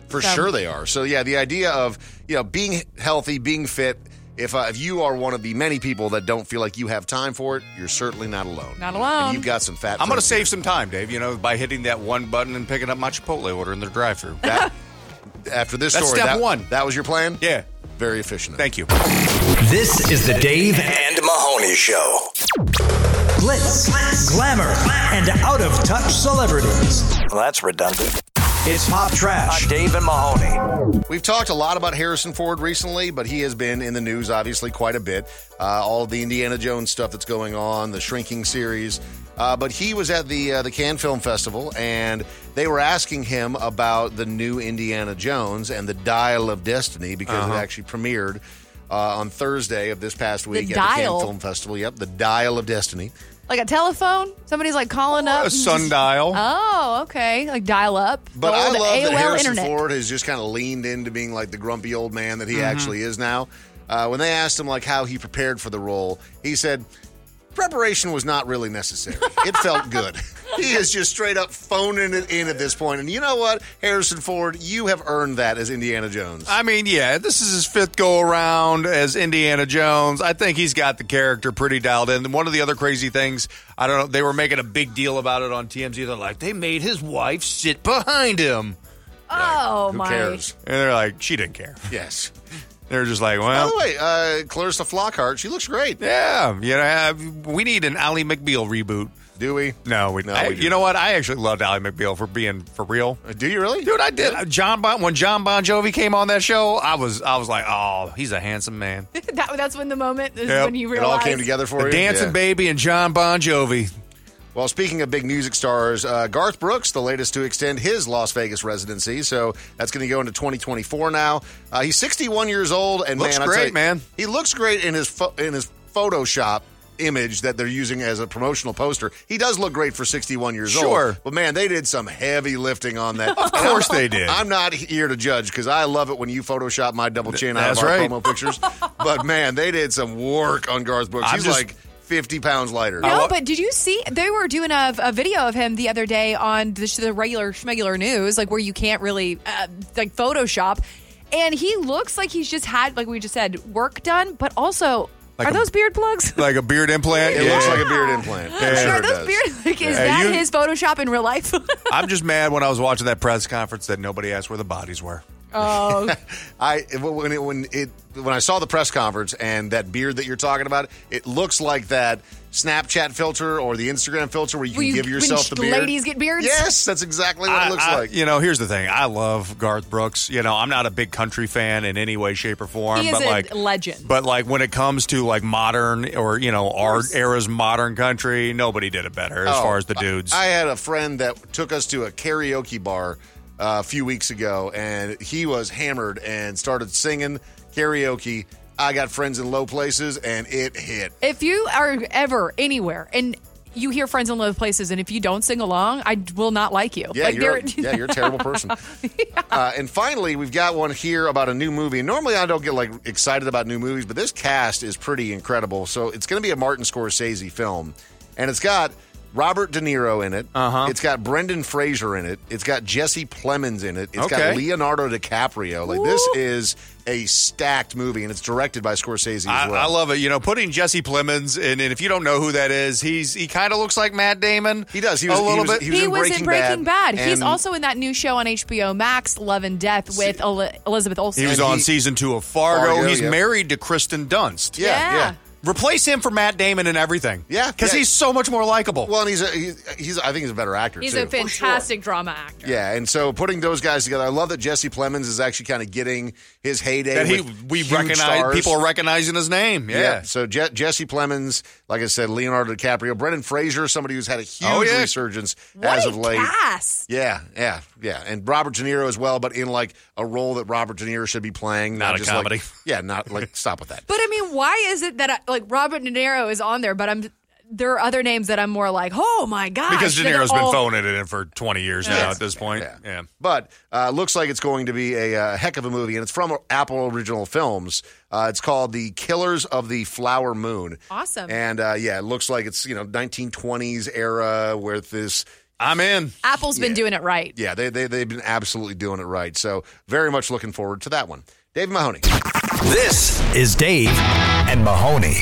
Speaker 3: For
Speaker 5: So-
Speaker 3: sure they are. So yeah, the idea of you know being healthy, being fit. If uh, if you are one of the many people that don't feel like you have time for it, you're certainly not alone.
Speaker 5: Not
Speaker 3: And
Speaker 5: alone.
Speaker 3: you've got some fat.
Speaker 4: I'm going to
Speaker 3: friends
Speaker 4: save some time, Dave. You know, by hitting that one button and picking up my Chipotle order in their drive-through.
Speaker 3: That- after this
Speaker 4: That's
Speaker 3: story.
Speaker 4: step
Speaker 3: that,
Speaker 4: one.
Speaker 3: That was your plan.
Speaker 4: Yeah.
Speaker 3: Very efficient.
Speaker 4: Thank you.
Speaker 2: This is the Dave
Speaker 3: and Mahoney Show.
Speaker 2: Glitz, glamour, and out of touch celebrities.
Speaker 12: Well, that's redundant.
Speaker 2: It's pop trash.
Speaker 12: Dave and Mahoney.
Speaker 3: We've talked a lot about Harrison Ford recently, but he has been in the news obviously quite a bit. Uh, all the Indiana Jones stuff that's going on, the Shrinking series. Uh, but he was at the uh, the Cannes Film Festival, and they were asking him about the new Indiana Jones and the Dial of Destiny because it
Speaker 4: Uh-huh.
Speaker 3: actually premiered uh, on Thursday of this past week at the
Speaker 5: Dial.
Speaker 3: Cannes Film Festival. Yep, the Dial of Destiny.
Speaker 5: Like a telephone, somebody's like calling up.
Speaker 3: a
Speaker 5: and just-
Speaker 3: sundial.
Speaker 5: Oh, okay, like dial up.
Speaker 3: But
Speaker 5: The
Speaker 3: I
Speaker 5: old
Speaker 3: love that
Speaker 5: AOL
Speaker 3: Harrison
Speaker 5: internet.
Speaker 3: Ford has just kind of leaned into being like the grumpy old man that he
Speaker 5: Mhm.
Speaker 3: actually is now. Uh, when they asked him like how he prepared for the role, he said preparation was not really necessary. It felt good. he is just straight up phoning it in at this point. And you know what, Harrison Ford, you have earned that as Indiana Jones.
Speaker 4: I mean, yeah, this is his fifth go around as Indiana Jones. I think he's got the character pretty dialed in. One of the other crazy things, I don't know, they were making a big deal about it on TMZ. They're like, they made his wife sit behind him.
Speaker 5: Oh
Speaker 4: Who
Speaker 5: my!
Speaker 4: cares? And they're like, she didn't care.
Speaker 3: Yes.
Speaker 4: They're just like,
Speaker 3: By
Speaker 4: well,
Speaker 3: the way, uh, Clarissa Flockhart, she looks great.
Speaker 4: yeah, you know, uh, we need an Ally McBeal reboot.
Speaker 3: Do we?
Speaker 4: No, we,
Speaker 3: No,
Speaker 4: I-
Speaker 3: we do Uh,
Speaker 4: You know what? I actually loved Ally McBeal for being for real.
Speaker 3: Do you really,
Speaker 4: dude? I did. Uh, John bon, when John Bon Jovi came on that show, I was I was like, oh, he's a handsome man.
Speaker 5: that, that's when the moment is
Speaker 4: Yep.
Speaker 5: when you realize
Speaker 4: the Dancing Baby and John Bon Jovi.
Speaker 3: Well, speaking of big music stars, uh, Garth Brooks, the latest to extend his Las Vegas residency, so that's going to go into 2024 now. Uh, he's 61 years old, and
Speaker 4: Looks
Speaker 3: man, I'll
Speaker 4: great,
Speaker 3: tell you-
Speaker 4: man.
Speaker 3: he looks great in his pho- in his Photoshop image that they're using as a promotional poster. He does look great for 61 years old.
Speaker 4: Sure.
Speaker 3: But man, they did some heavy lifting on that.
Speaker 4: Of course they did.
Speaker 3: I'm not here to judge because I love it when you Photoshop my double chin out
Speaker 4: that's
Speaker 3: of our
Speaker 4: right.
Speaker 3: promo pictures. But man, they did some work on Garth Brooks.
Speaker 4: I'm
Speaker 3: He's
Speaker 4: just-
Speaker 3: like 50 pounds lighter.
Speaker 5: No, but did you see? They were doing a, a video of him the other day on the, sh- the regular schmegular news, like where you can't really uh, like Photoshop, and he looks like he's just had, like we just said, work done. But also,
Speaker 4: Like
Speaker 5: are
Speaker 4: a-
Speaker 5: those beard plugs?
Speaker 4: Like a beard implant?
Speaker 3: It looks like a beard
Speaker 4: implant.
Speaker 5: are those beard? Like, is
Speaker 4: Yeah,
Speaker 5: that
Speaker 4: you-
Speaker 5: his Photoshop in real life?
Speaker 4: I'm just mad when I was watching that press conference that nobody asked where the bodies were.
Speaker 5: oh,
Speaker 3: I when it when it when I saw the press conference and that beard that you're talking about, it looks like that Snapchat filter or the Instagram filter where you can
Speaker 5: Will you-
Speaker 3: give
Speaker 5: when
Speaker 3: yourself the
Speaker 5: sh-
Speaker 3: beard.
Speaker 5: ladies get beards?
Speaker 3: Yes, that's exactly what it looks
Speaker 4: I-
Speaker 3: like.
Speaker 4: You know, here's the thing. I love Garth Brooks. You know, I'm not a big country fan in any way, shape, or form.
Speaker 5: he is
Speaker 4: but
Speaker 5: a
Speaker 4: like,
Speaker 5: legend.
Speaker 4: but like when it comes to like modern or you know our era's modern country, nobody did it better as
Speaker 3: Oh,
Speaker 4: far as the
Speaker 3: I-
Speaker 4: dudes.
Speaker 3: I, had a friend that took us to a karaoke bar uh, a few weeks ago, and he was hammered and started singing karaoke. I got friends in low places, and it hit.
Speaker 5: If you are ever anywhere and you hear friends in low places, and if you don't sing along, I will not like you.
Speaker 3: Yeah,
Speaker 5: like
Speaker 3: you're a-
Speaker 5: they're-
Speaker 3: yeah, you're a terrible person. Uh, and finally, we've got one here about a new movie. Normally, I don't get like excited about new movies, but this cast is pretty incredible. So it's going to be a Martin Scorsese film, and it's got Robert De Niro in it. Uh-huh. It's got Brendan Fraser in it. It's got Jesse Plemons in it. It's got
Speaker 4: Okay.
Speaker 3: Leonardo DiCaprio. Like this is a stacked movie, and it's directed by Scorsese as
Speaker 4: I,
Speaker 3: well.
Speaker 4: I love it. You know, putting Jesse Plemons in, and if you don't know who that is, he's he kind of looks like Matt Damon. He
Speaker 3: does. He
Speaker 4: a
Speaker 3: was- he
Speaker 4: little
Speaker 3: was-
Speaker 4: bit.
Speaker 3: he
Speaker 5: He was in Breaking Bad. He's
Speaker 4: and
Speaker 5: also in that new show on HBO Max, Love and Death, with Eli- Elizabeth Olsen.
Speaker 4: He was on season two of Fargo.
Speaker 3: Fargo,
Speaker 4: he's
Speaker 3: yeah.
Speaker 4: married to Kristen Dunst.
Speaker 3: Yeah, yeah. Yeah.
Speaker 4: Replace him for Matt Damon and everything.
Speaker 3: Yeah,
Speaker 4: because
Speaker 3: yeah.
Speaker 4: he's so much more likable.
Speaker 3: Well, and he's a, he's, he's I think he's a better actor.
Speaker 5: He's
Speaker 3: too.
Speaker 5: a fantastic drama actor.
Speaker 3: Yeah, and so putting those guys together, I love that Jesse Plemons is actually kind of getting his heyday.
Speaker 4: That he-
Speaker 3: with
Speaker 4: we
Speaker 3: huge
Speaker 4: recognize-
Speaker 3: stars.
Speaker 4: people are recognizing his name, yeah.
Speaker 3: So Je- Jesse Plemons, like I said, Leonardo DiCaprio, Brendan Fraser, somebody who's had a huge
Speaker 4: Oh, yeah.
Speaker 3: resurgence
Speaker 5: What
Speaker 3: as
Speaker 5: a
Speaker 3: of late.
Speaker 5: cast.
Speaker 3: Yeah, yeah, yeah, and Robert De Niro as well, but in like a role that Robert De Niro should be playing, not,
Speaker 4: a
Speaker 3: just like-
Speaker 4: comedy.
Speaker 3: yeah, not like stop with that.
Speaker 5: But I mean, why is it that I, like Robert De Niro is on there, but I'm there are other names that I'm more like, oh my god,
Speaker 4: because De Niro's been phoning it in for 20 years
Speaker 5: Yeah.
Speaker 4: now at this point. Yeah.
Speaker 3: But uh, looks like it's going to be a uh, heck of a movie, and it's from Apple Original Films. Uh, it's called The Killers of the Flower Moon.
Speaker 5: Awesome.
Speaker 3: And uh, yeah, it looks like it's you know 1920s era with this.
Speaker 4: I'm in.
Speaker 5: Apple's been doing it right.
Speaker 3: Yeah, they they they've been absolutely doing it right. So very much looking forward to that one. Dave Mahoney.
Speaker 2: This is Dave and Mahoney.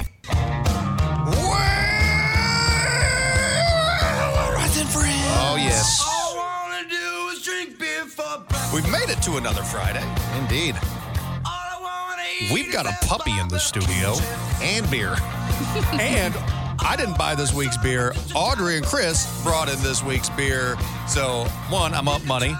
Speaker 4: Oh, yes.
Speaker 12: All I want to do is drink beer for
Speaker 4: We've made it to another Friday. Indeed. We've got a puppy in the studio and beer. and I didn't buy this week's beer. Audrey and Chris brought in this week's beer. So, one, I'm up money.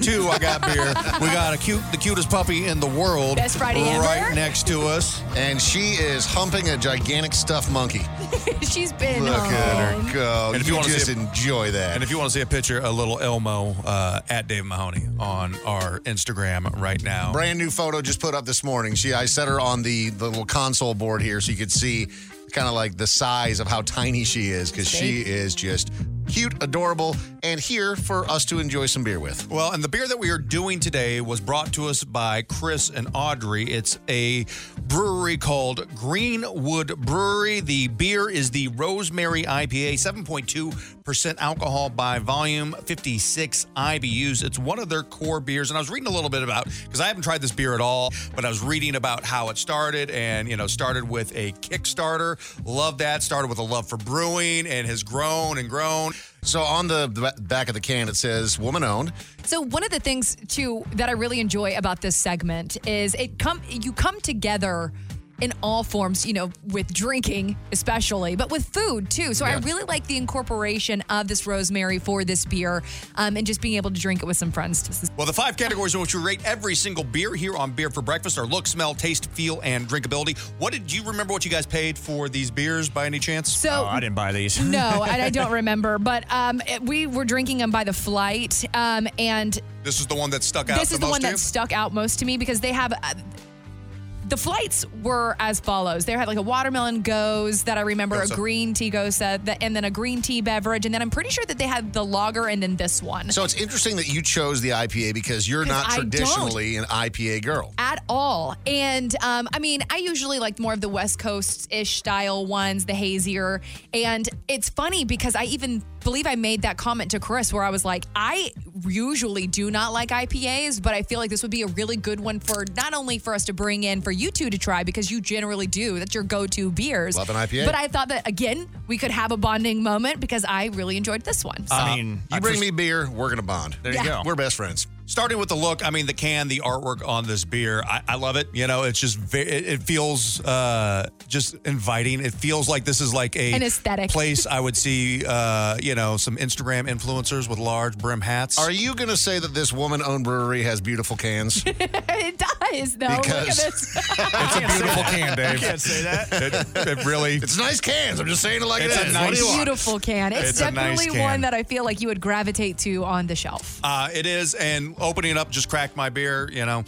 Speaker 4: Two, I got beer. We got a cute, the cutest puppy in the world
Speaker 5: Best Friday ever.
Speaker 4: right next to us.
Speaker 3: And she is humping a gigantic stuffed monkey.
Speaker 5: She's been
Speaker 3: Look at
Speaker 5: on.
Speaker 3: her go.
Speaker 4: And if you
Speaker 3: you,
Speaker 4: wanna
Speaker 3: just
Speaker 4: see a-
Speaker 3: enjoy that.
Speaker 4: And if you want to see a picture of little Elmo uh, at Dave Mahoney on our Instagram right now.
Speaker 3: Brand new photo just put up this morning. She I set her on the, the little console board here so you could see kind of like the size of how tiny she is because she is just cute, adorable, and here for us to enjoy some beer with.
Speaker 4: Well, and the beer that we are doing today was brought to us by Chris and Audrey. It's a brewery called Greenwood Brewery. The beer is the Rosemary IPA, 7.2% alcohol by volume, 56 IBUs. It's one of their core beers. And I was reading a little bit about, because I haven't tried this beer at all, but I was reading about how it started and, you know, started with a Kickstarter. Love that. Started with a love for brewing and has grown and grown.
Speaker 3: So on the ba- back of the can it says woman owned.
Speaker 5: So one of the things too that I really enjoy about this segment is it come you come together in all forms, you know, with drinking especially, but with food too. So I really like the incorporation of this rosemary for this beer um, and just being able to drink it with some friends. This is-
Speaker 4: Well, the five categories in which we rate every single beer here on Beer for Breakfast are look, smell, taste, feel, and drinkability. What did you remember what you guys paid for these beers by any chance?
Speaker 5: So- Oh, I
Speaker 10: didn't buy these.
Speaker 5: No, and I don't remember, but um, it- we were drinking them by the flight, um, and
Speaker 4: This is the one that stuck out
Speaker 5: this
Speaker 4: the
Speaker 5: is the
Speaker 4: most
Speaker 5: one
Speaker 4: to you?
Speaker 5: that stuck out most to me because they have uh, the flights were as follows. They had like a watermelon goes that I remember, a
Speaker 13: Goza.
Speaker 5: green tea goza, that, and then a green tea beverage, and then I'm pretty sure that they had the lager and then this one.
Speaker 3: So it's interesting that you chose the IPA because you're
Speaker 5: 'Cause
Speaker 3: not
Speaker 5: I don't.
Speaker 3: traditionally an IPA girl.
Speaker 5: at all. And um, I mean, I usually like more of the West Coast ish style ones, the hazier. And it's funny because I even believe I made that comment to Chris where I was like, I usually do not like IPAs, but I feel like this would be a really good one for not only for us to bring in for you two to try because you generally do. That's your go to beers.
Speaker 3: Love an IPA.
Speaker 5: But I thought that, again, we could have a bonding moment because I really enjoyed this one. So-
Speaker 4: Uh,
Speaker 3: you bring me beer, we're gonna bond.
Speaker 4: There you Yeah. go.
Speaker 3: We're best friends.
Speaker 4: Starting with the look, I mean the can, the artwork on this beer, I, I love it. You know, it's just ve- it, it feels uh, just inviting. It feels like this is like a
Speaker 5: An aesthetic.
Speaker 4: place. I would see, uh, you know, some Instagram influencers with large brim hats.
Speaker 3: Are you gonna say that this woman-owned brewery has beautiful cans?
Speaker 5: it does, though. Look at
Speaker 3: Because-
Speaker 5: this.
Speaker 4: It's a beautiful can, Dave.
Speaker 3: can't say that.
Speaker 4: It, it really.
Speaker 3: It's nice cans. I'm just saying it like
Speaker 4: It's
Speaker 3: it
Speaker 4: a
Speaker 3: is.
Speaker 4: nice-
Speaker 3: what do you want?
Speaker 5: beautiful can. It's,
Speaker 4: It's a nice
Speaker 5: definitely
Speaker 4: can.
Speaker 5: one that I feel like you would gravitate to on the shelf.
Speaker 4: Uh, it is, and opening it up just cracked my beer, you know.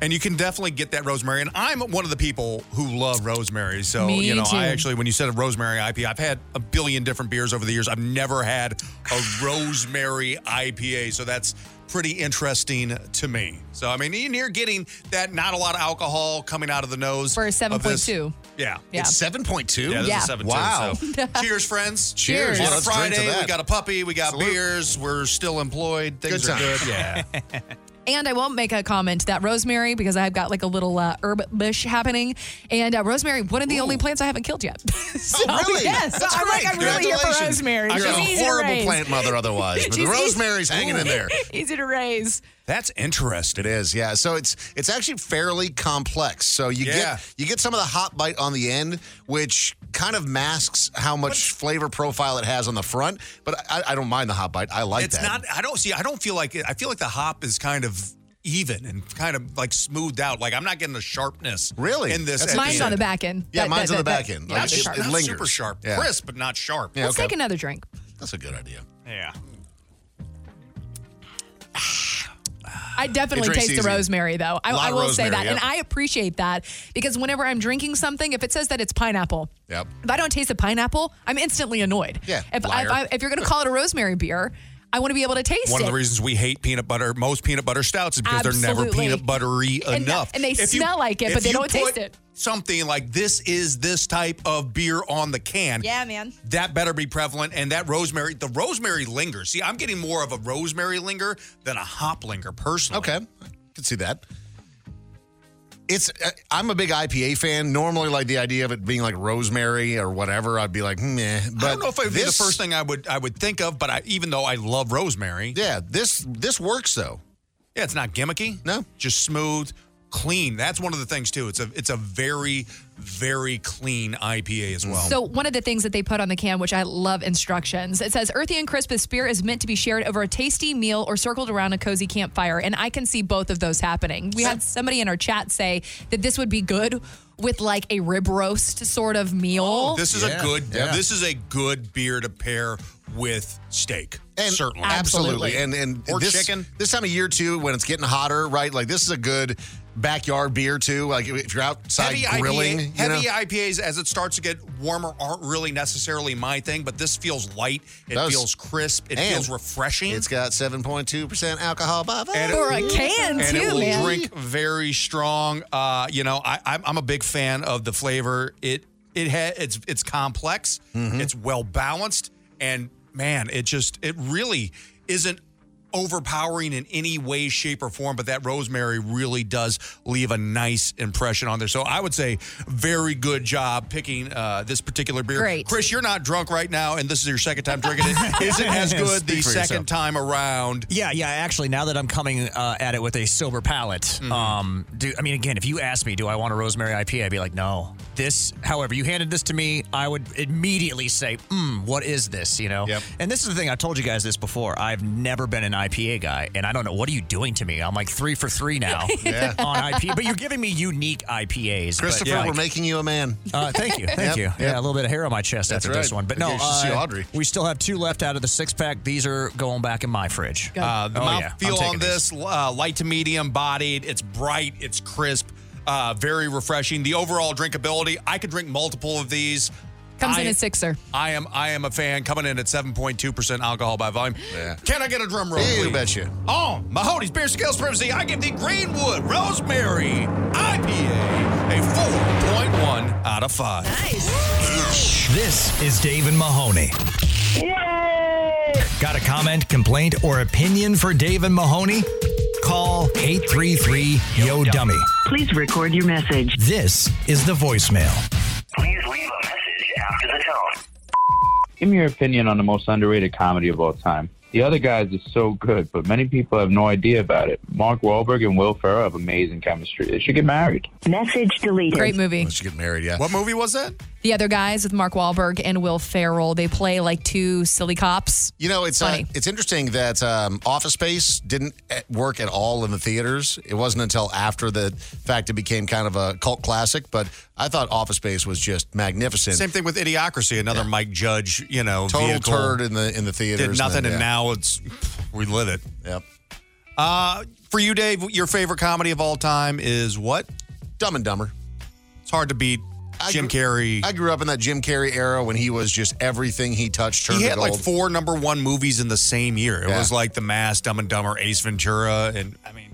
Speaker 4: And you can definitely get that rosemary. And I'm one of the people who love rosemary. So,
Speaker 5: Me
Speaker 4: you know,
Speaker 5: too.
Speaker 4: I actually, when you said a rosemary IPA, I've had a billion different beers over the years. I've never had a rosemary IPA. So that's pretty interesting to me. So, I mean, and you're getting that not a lot of alcohol coming out of the nose.
Speaker 5: For a
Speaker 4: of this-
Speaker 5: 7.2?
Speaker 4: Yeah.
Speaker 5: Yeah. It's
Speaker 3: 7.2?
Speaker 4: Yeah, this
Speaker 5: Yeah.
Speaker 4: is a 7.2.
Speaker 3: Wow.
Speaker 4: so. Cheers, friends.
Speaker 3: Cheers.
Speaker 4: On
Speaker 3: Yeah,
Speaker 4: a
Speaker 3: let's drink to
Speaker 4: Friday, we
Speaker 3: that.
Speaker 4: got a puppy, we got
Speaker 3: Salute.
Speaker 4: beers, we're still employed. Things
Speaker 3: Good
Speaker 4: are
Speaker 3: time.
Speaker 4: good. Yeah.
Speaker 5: And I won't make a comment that rosemary because I've got like a little uh, herb bush happening, and uh, rosemary one of the only plants I haven't killed yet. so,
Speaker 3: Oh, really?
Speaker 5: Yes,
Speaker 3: That's
Speaker 5: so I'm
Speaker 3: great.
Speaker 5: like I'm really here for
Speaker 3: Congratulations.
Speaker 5: rosemary.
Speaker 3: You're
Speaker 5: She's easy
Speaker 3: a
Speaker 5: to
Speaker 3: horrible
Speaker 5: raise.
Speaker 3: plant mother otherwise, but the
Speaker 5: She's easy-
Speaker 3: rosemary's hanging in there.
Speaker 5: easy to raise.
Speaker 4: That's interesting.
Speaker 3: It is, yeah. So it's it's actually fairly complex. So you
Speaker 4: Yeah.
Speaker 3: get you get some of the hot bite on the end, which kind of masks how much flavor profile it has on the front. But I, I don't mind the hot bite. I like
Speaker 4: it's
Speaker 3: that.
Speaker 4: not i don't see i don't feel like it i feel like the hop is kind of even and kind of like smoothed out like i'm not getting the sharpness really in this at
Speaker 5: Mine's on
Speaker 4: end.
Speaker 5: the back end.
Speaker 3: Yeah,
Speaker 5: That-
Speaker 3: mine's
Speaker 5: that-
Speaker 3: on the
Speaker 5: that-
Speaker 3: back end.
Speaker 5: yeah,
Speaker 3: Like,
Speaker 5: it's
Speaker 3: it-
Speaker 5: sharp.
Speaker 3: it
Speaker 4: Not
Speaker 3: lingers.
Speaker 4: super sharp
Speaker 3: Yeah.
Speaker 4: crisp but not sharp
Speaker 5: Let's take another drink.
Speaker 3: That's a good idea.
Speaker 4: yeah
Speaker 5: I definitely
Speaker 4: drinks
Speaker 5: taste
Speaker 4: easy.
Speaker 5: the rosemary, though. I,
Speaker 4: Lot
Speaker 5: I
Speaker 4: of
Speaker 5: will say that,
Speaker 4: rosemary,
Speaker 5: and
Speaker 4: yep.
Speaker 5: I appreciate that because whenever I'm drinking something, if it says that it's pineapple,
Speaker 3: Yep.
Speaker 5: if I don't taste the pineapple, I'm instantly annoyed.
Speaker 4: Yeah,
Speaker 5: If, I,
Speaker 4: liar.
Speaker 5: if, I, if you're going to call it a rosemary beer, I want to be able to taste
Speaker 4: one
Speaker 5: it.
Speaker 4: of the reasons we hate peanut butter most peanut butter stouts is because they're never
Speaker 5: Absolutely.
Speaker 4: peanut buttery
Speaker 5: And- uh,
Speaker 4: enough
Speaker 5: and they smell like it,
Speaker 4: if
Speaker 5: but they
Speaker 4: you
Speaker 5: don't taste
Speaker 4: put
Speaker 5: it.
Speaker 4: something like this is this type of beer on the can
Speaker 5: yeah, man.
Speaker 4: that better be prevalent and that rosemary the rosemary lingers see i'm getting more of a rosemary linger than a hop linger personally
Speaker 3: okay i can see that It's uh, I'm a big IPA fan. Normally, like the idea of it being like rosemary or whatever, I'd be like, "Hmm, meh. But
Speaker 4: I don't know if it would
Speaker 3: this,
Speaker 4: be the first thing I would I would think of, but I, even though I love rosemary,
Speaker 3: yeah, this this works though.
Speaker 4: Yeah, it's not gimmicky.
Speaker 3: No,
Speaker 4: just smooth, clean. That's one of the things too. It's a it's a very very clean IPA as well.
Speaker 5: So one of the things that they put on the can, which I love instructions, it says earthy and crisp. This beer is meant to be shared over a tasty meal or circled around a cozy campfire, and I can see both of those happening. We had somebody in our chat say that this would be good with like a rib roast sort of meal.
Speaker 4: Oh, this is a good
Speaker 3: yeah.
Speaker 4: this is a good beer to pair with steak.
Speaker 3: And
Speaker 4: certainly,
Speaker 3: absolutely, and and
Speaker 4: or
Speaker 3: this,
Speaker 4: chicken.
Speaker 3: This time of year too, when it's getting hotter, right? Like this is a good backyard beer too. Like if you're outside
Speaker 4: Heavy
Speaker 3: grilling,
Speaker 4: IPA,
Speaker 3: you know?
Speaker 4: heavy IPAs as it starts to get warmer aren't really necessarily my thing, but this feels light. It
Speaker 3: Does.
Speaker 4: feels crisp. It
Speaker 3: And
Speaker 4: feels refreshing.
Speaker 3: It's got 7.2% alcohol by volume.
Speaker 4: And it- and it will drink very strong. Uh, you know, I, I'm, I'm a big fan of the flavor. It it ha- it's it's complex.
Speaker 10: Mm-hmm.
Speaker 4: It's well balanced, and man, it just it really isn't overpowering in any way, shape, or form, but that rosemary really does leave a nice impression on there. So I would say very good job picking uh, this particular beer.
Speaker 5: Great.
Speaker 4: Chris, you're not drunk right now, and this is your second time drinking it. Is it as good the
Speaker 10: Speak for yourself.
Speaker 4: second time around?
Speaker 10: Yeah, yeah. Actually, now that I'm coming uh, at it with a sober palate,
Speaker 4: Mm-hmm.
Speaker 10: um, do I mean again? If you asked me, do I want a rosemary IPA? I'd be like, no. This, however, you handed this to me, I would immediately say, mm, what is this? You know. And this is the thing I've told you guys this before. I've never been an IPA guy, and I don't know what are you doing to me. I'm like three for three now
Speaker 3: Yeah.
Speaker 10: on IPA, but you're giving me unique IPAs. but,
Speaker 3: Christopher,
Speaker 10: yeah, like-
Speaker 3: we're making you a man.
Speaker 10: Uh, thank you, thank
Speaker 3: Yep,
Speaker 10: you.
Speaker 3: yep.
Speaker 10: Yeah, a little bit of hair on my chest
Speaker 3: That's
Speaker 10: after this
Speaker 3: right.
Speaker 10: one, but
Speaker 3: You
Speaker 10: no.
Speaker 3: should see
Speaker 10: uh,
Speaker 3: Audrey.
Speaker 10: We still have two left out of the six pack. These are going back in my fridge.
Speaker 4: Uh, the
Speaker 10: Oh,
Speaker 4: mouth
Speaker 10: yeah. I'm
Speaker 4: feel
Speaker 10: taking
Speaker 4: on
Speaker 10: these.
Speaker 4: this, uh, light to medium bodied. It's bright. It's crisp. Uh, very refreshing. The overall drinkability, I could drink multiple of these.
Speaker 5: Comes in
Speaker 4: I-
Speaker 5: a sixer.
Speaker 4: I am I am a fan coming in at 7.2% alcohol by volume. Can I get a drum roll?
Speaker 3: You
Speaker 4: please?
Speaker 3: betcha.
Speaker 4: On Mahoney's Beer Scale Supremacy, I give the Greenwood Rosemary IPA a 4.1 out of 5.
Speaker 2: This is Dave and Mahoney. Got a comment, complaint, or opinion for Dave and Mahoney? Call 833 Yo Dummy.
Speaker 1: Please record your message.
Speaker 2: This is the voicemail.
Speaker 7: Please leave a message after the tone.
Speaker 13: Give me your opinion on the most underrated comedy of all time. The Other Guys is so good, but many people have no idea about it. Mark Wahlberg and Will Ferrell have amazing chemistry. They should get married.
Speaker 1: Message deleted.
Speaker 5: Great movie.
Speaker 3: She get married, yeah.
Speaker 4: What movie was that?
Speaker 5: The other guys with Mark Wahlberg and Will Ferrell, they play like two silly cops.
Speaker 3: You know, it's uh,
Speaker 5: Funny.
Speaker 3: it's interesting that um, Office Space didn't eh, work at all in the theaters. It wasn't until after the fact it became kind of a cult classic. But I thought Office Space was just magnificent.
Speaker 4: Same thing with Idiocracy, another Mike Judge, you know,
Speaker 3: Total
Speaker 4: vehicle.
Speaker 3: turd in the in the theaters.
Speaker 4: Did nothing,
Speaker 3: then,
Speaker 4: and
Speaker 3: yeah.
Speaker 4: now it's we lit it.
Speaker 3: Yep.
Speaker 4: Uh, for you, Dave, your favorite comedy of all time is what?
Speaker 3: Dumb and Dumber.
Speaker 4: It's hard to beat Jim Carrey.
Speaker 3: I grew up in that Jim Carrey era when he was just everything he touched turned
Speaker 4: he
Speaker 3: to
Speaker 4: had
Speaker 3: gold.
Speaker 4: like four number one movies in the same year. It
Speaker 3: Yeah.
Speaker 4: was like The Mask, Dumb and Dumber, Ace Ventura, and I mean,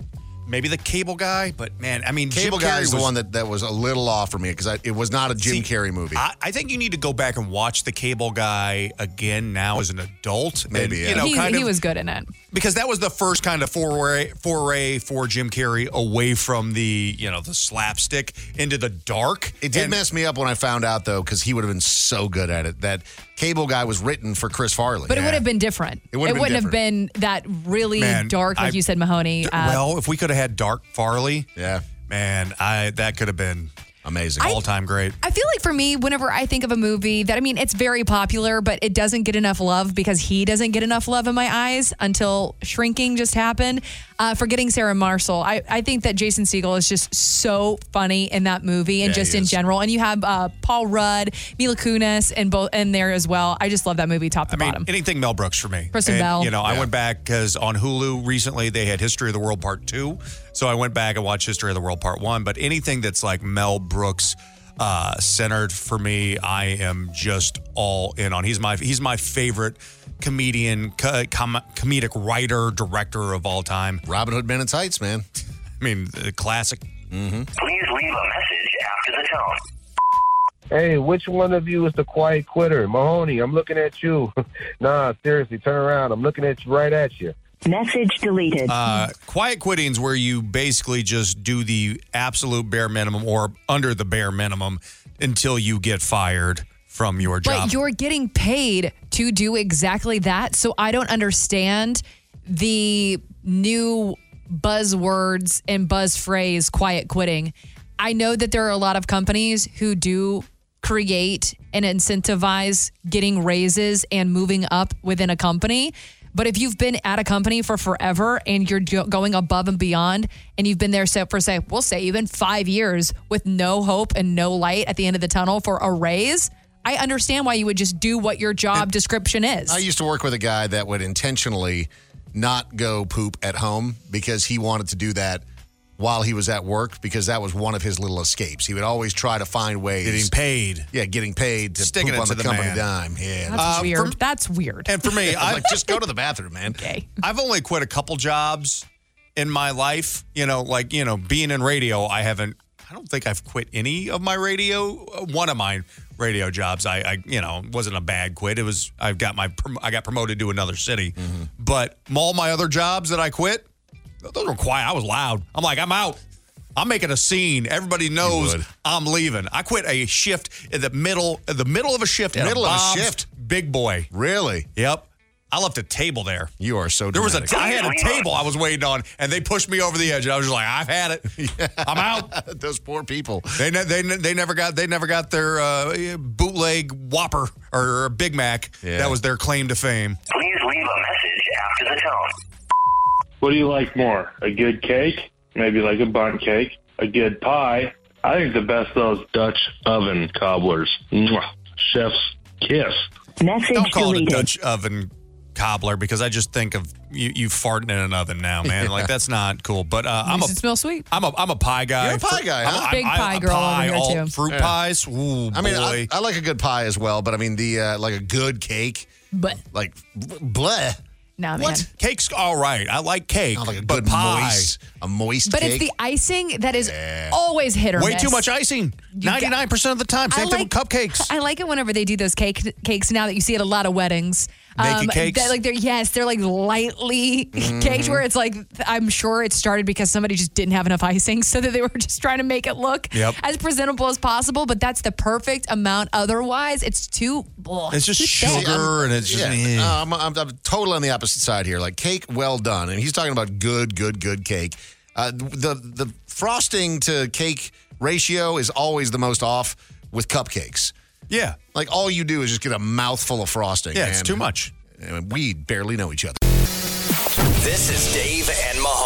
Speaker 4: maybe The Cable Guy. But man, I mean,
Speaker 3: Cable
Speaker 4: Jim
Speaker 3: Guy
Speaker 4: Carrey
Speaker 3: is the
Speaker 4: was-
Speaker 3: one that, that was a little off for me because it was not a Jim
Speaker 4: See,
Speaker 3: Carrey movie.
Speaker 4: I, I think you need to go back and watch The Cable Guy again now as an adult. and,
Speaker 3: Maybe, yeah.
Speaker 4: you know,
Speaker 5: he,
Speaker 4: kind
Speaker 5: he
Speaker 4: of-
Speaker 5: was good in it.
Speaker 4: because that was the first kind of foray foray for Jim Carrey away from the you know the slapstick into the dark.
Speaker 3: It did
Speaker 4: And-
Speaker 3: mess me up when I found out though, because he would have been so good at it. That Cable Guy was written for Chris Farley.
Speaker 5: But it would have been different.
Speaker 3: It would've been
Speaker 5: not have been that really
Speaker 4: Man,
Speaker 5: dark, like
Speaker 4: I-
Speaker 5: you said, Mahoney. Uh,
Speaker 4: well, if we could have had Dark Farley,
Speaker 3: yeah,
Speaker 4: man, I that could have been
Speaker 3: amazing,
Speaker 5: I-
Speaker 4: all time great.
Speaker 5: I feel like for me, whenever I think of a movie that, I mean, it's very popular, but it doesn't get enough love because he doesn't get enough love in my eyes until Shrinking just happened. Uh, Forgetting Sarah Marshall. I, I think that Jason Segel is just so funny in that movie and
Speaker 15: Yeah,
Speaker 5: just
Speaker 15: he
Speaker 5: in
Speaker 15: is.
Speaker 5: general. And you have uh, Paul Rudd, Mila Kunis, and both in there as well. I just love that movie top to
Speaker 4: I mean,
Speaker 5: bottom.
Speaker 4: anything Mel Brooks for me.
Speaker 5: Kristen
Speaker 4: And,
Speaker 5: Bell.
Speaker 4: You know, I
Speaker 5: Yeah.
Speaker 4: went back because on Hulu recently they had History of the World Part Two, so I went back and watched History of the World Part One. But anything that's like Mel Brooks uh, centered for me, I am just all in on. He's my he's my favorite comedian, co- com- comedic writer, director of all time.
Speaker 3: Robin Hood Men in Tights, man.
Speaker 4: I mean, the classic. Mm-hmm.
Speaker 7: Please leave a message after the tone.
Speaker 15: Hey, which one of you is the quiet quitter? Mahoney, I'm looking at you. nah, seriously, turn around. I'm looking at you right at you.
Speaker 1: Message deleted.
Speaker 4: Uh, quiet quitting is where you basically just do the absolute bare minimum or under the bare minimum until you get fired from your job.
Speaker 5: But you're getting paid to do exactly that. So I don't understand the new buzzwords and buzz phrase quiet quitting. I know that there are a lot of companies who do create and incentivize getting raises and moving up within a company. But if you've been at a company for forever and you're jo- going above and beyond, and you've been there so- for say, we'll say even five years with no hope and no light at the end of the tunnel for a raise, I understand why you would just do what your job description is.
Speaker 3: I used to work with a guy that would intentionally not go poop at home because he wanted to do that while he was at work because that was one of his little escapes. He would always try to find ways
Speaker 4: Getting paid.
Speaker 3: Yeah, getting paid to
Speaker 4: Sticking
Speaker 3: poop
Speaker 4: it
Speaker 3: on
Speaker 4: to
Speaker 3: the,
Speaker 4: the
Speaker 3: company
Speaker 4: man. Uh,
Speaker 3: dime. Yeah,
Speaker 5: That's weird. That's weird.
Speaker 4: Um, And for me, I
Speaker 3: like just go to the bathroom, man.
Speaker 5: Okay.
Speaker 4: I've only quit a couple jobs in my life. You know, like you know, being in radio, I haven't. I don't think I've quit any of my radio. uh, One of my radio jobs, I, I you know, wasn't a bad quit. It was I've got my prom- I got promoted to another city, but all my other jobs that I quit, those were quiet. I was loud. I'm like, I'm out. I'm making a scene. Everybody knows I'm leaving. I quit a shift in the middle, in the middle of a shift, at
Speaker 3: Middle of a
Speaker 4: Bob's
Speaker 3: shift?
Speaker 4: big boy.
Speaker 3: Really?
Speaker 4: Yep. I left a table there.
Speaker 3: You are so.
Speaker 4: There was a.
Speaker 3: dramatic.
Speaker 4: T- I had a table I was waiting on, and they pushed me over the edge. And I was just like, I've had it. I'm out.
Speaker 3: Those poor people.
Speaker 4: They ne- they ne- they never got they never got their uh, bootleg Whopper or Big Mac. That was their claim to fame.
Speaker 7: Please leave a message after the tone.
Speaker 19: What do you like more? A good cake? Maybe like a bun cake? A good pie? I think the best though is Dutch oven cobblers. Mwah. Chef's kiss.
Speaker 1: Message
Speaker 4: Don't call
Speaker 1: deleted.
Speaker 4: it a Dutch oven cobbler because I just think of you, you farting in an oven now, man. Like that's not cool. But uh, I'm a
Speaker 5: Makes it smell sweet.
Speaker 4: I'm a I'm a pie guy.
Speaker 3: You're a pie
Speaker 4: Fr-
Speaker 3: guy,
Speaker 4: I'm
Speaker 3: huh?
Speaker 4: a-
Speaker 5: Big
Speaker 4: I'm-
Speaker 5: pie
Speaker 4: I'm
Speaker 5: girl over
Speaker 4: pie,
Speaker 5: here,
Speaker 4: all
Speaker 5: too.
Speaker 4: Fruit
Speaker 3: Yeah.
Speaker 4: pies. Ooh,
Speaker 3: I mean,
Speaker 4: boy.
Speaker 3: I, I like a good pie as well, but I mean the uh, like a good cake,
Speaker 5: But
Speaker 3: like bleh.
Speaker 5: no, Oh, man.
Speaker 4: What? Cake's all right. I like cake. like a but pie.
Speaker 3: moist- a moist
Speaker 5: But it's the icing that is always hit or
Speaker 4: Way
Speaker 5: miss.
Speaker 4: too much icing. Ninety nine percent of the time. Same thing with cupcakes.
Speaker 5: I like it whenever they do those cake cakes now that you see at a lot of weddings. Um,
Speaker 4: Naked cakes? Mm-hmm.
Speaker 5: That, like they're yes, they're like lightly caked where it's like I'm sure it started because somebody just didn't have enough icing, so that they were just trying to make it look
Speaker 4: Yep.
Speaker 5: as presentable as possible. But that's the perfect amount. Otherwise, it's too. ugh,
Speaker 4: It's just
Speaker 5: too thick.
Speaker 4: sugar. and it's just- eh.
Speaker 3: Uh, I'm, I'm, I'm totally on the opposite side here. Like cake, well done, and he's talking about good, good, good cake. Uh, the the frosting to cake ratio is always the most off with cupcakes.
Speaker 4: Yeah,
Speaker 3: like all you do is just get a mouthful of frosting.
Speaker 12: Yeah, it's too
Speaker 4: much.
Speaker 3: And we barely know each other.
Speaker 12: This is Dave and Mahoney.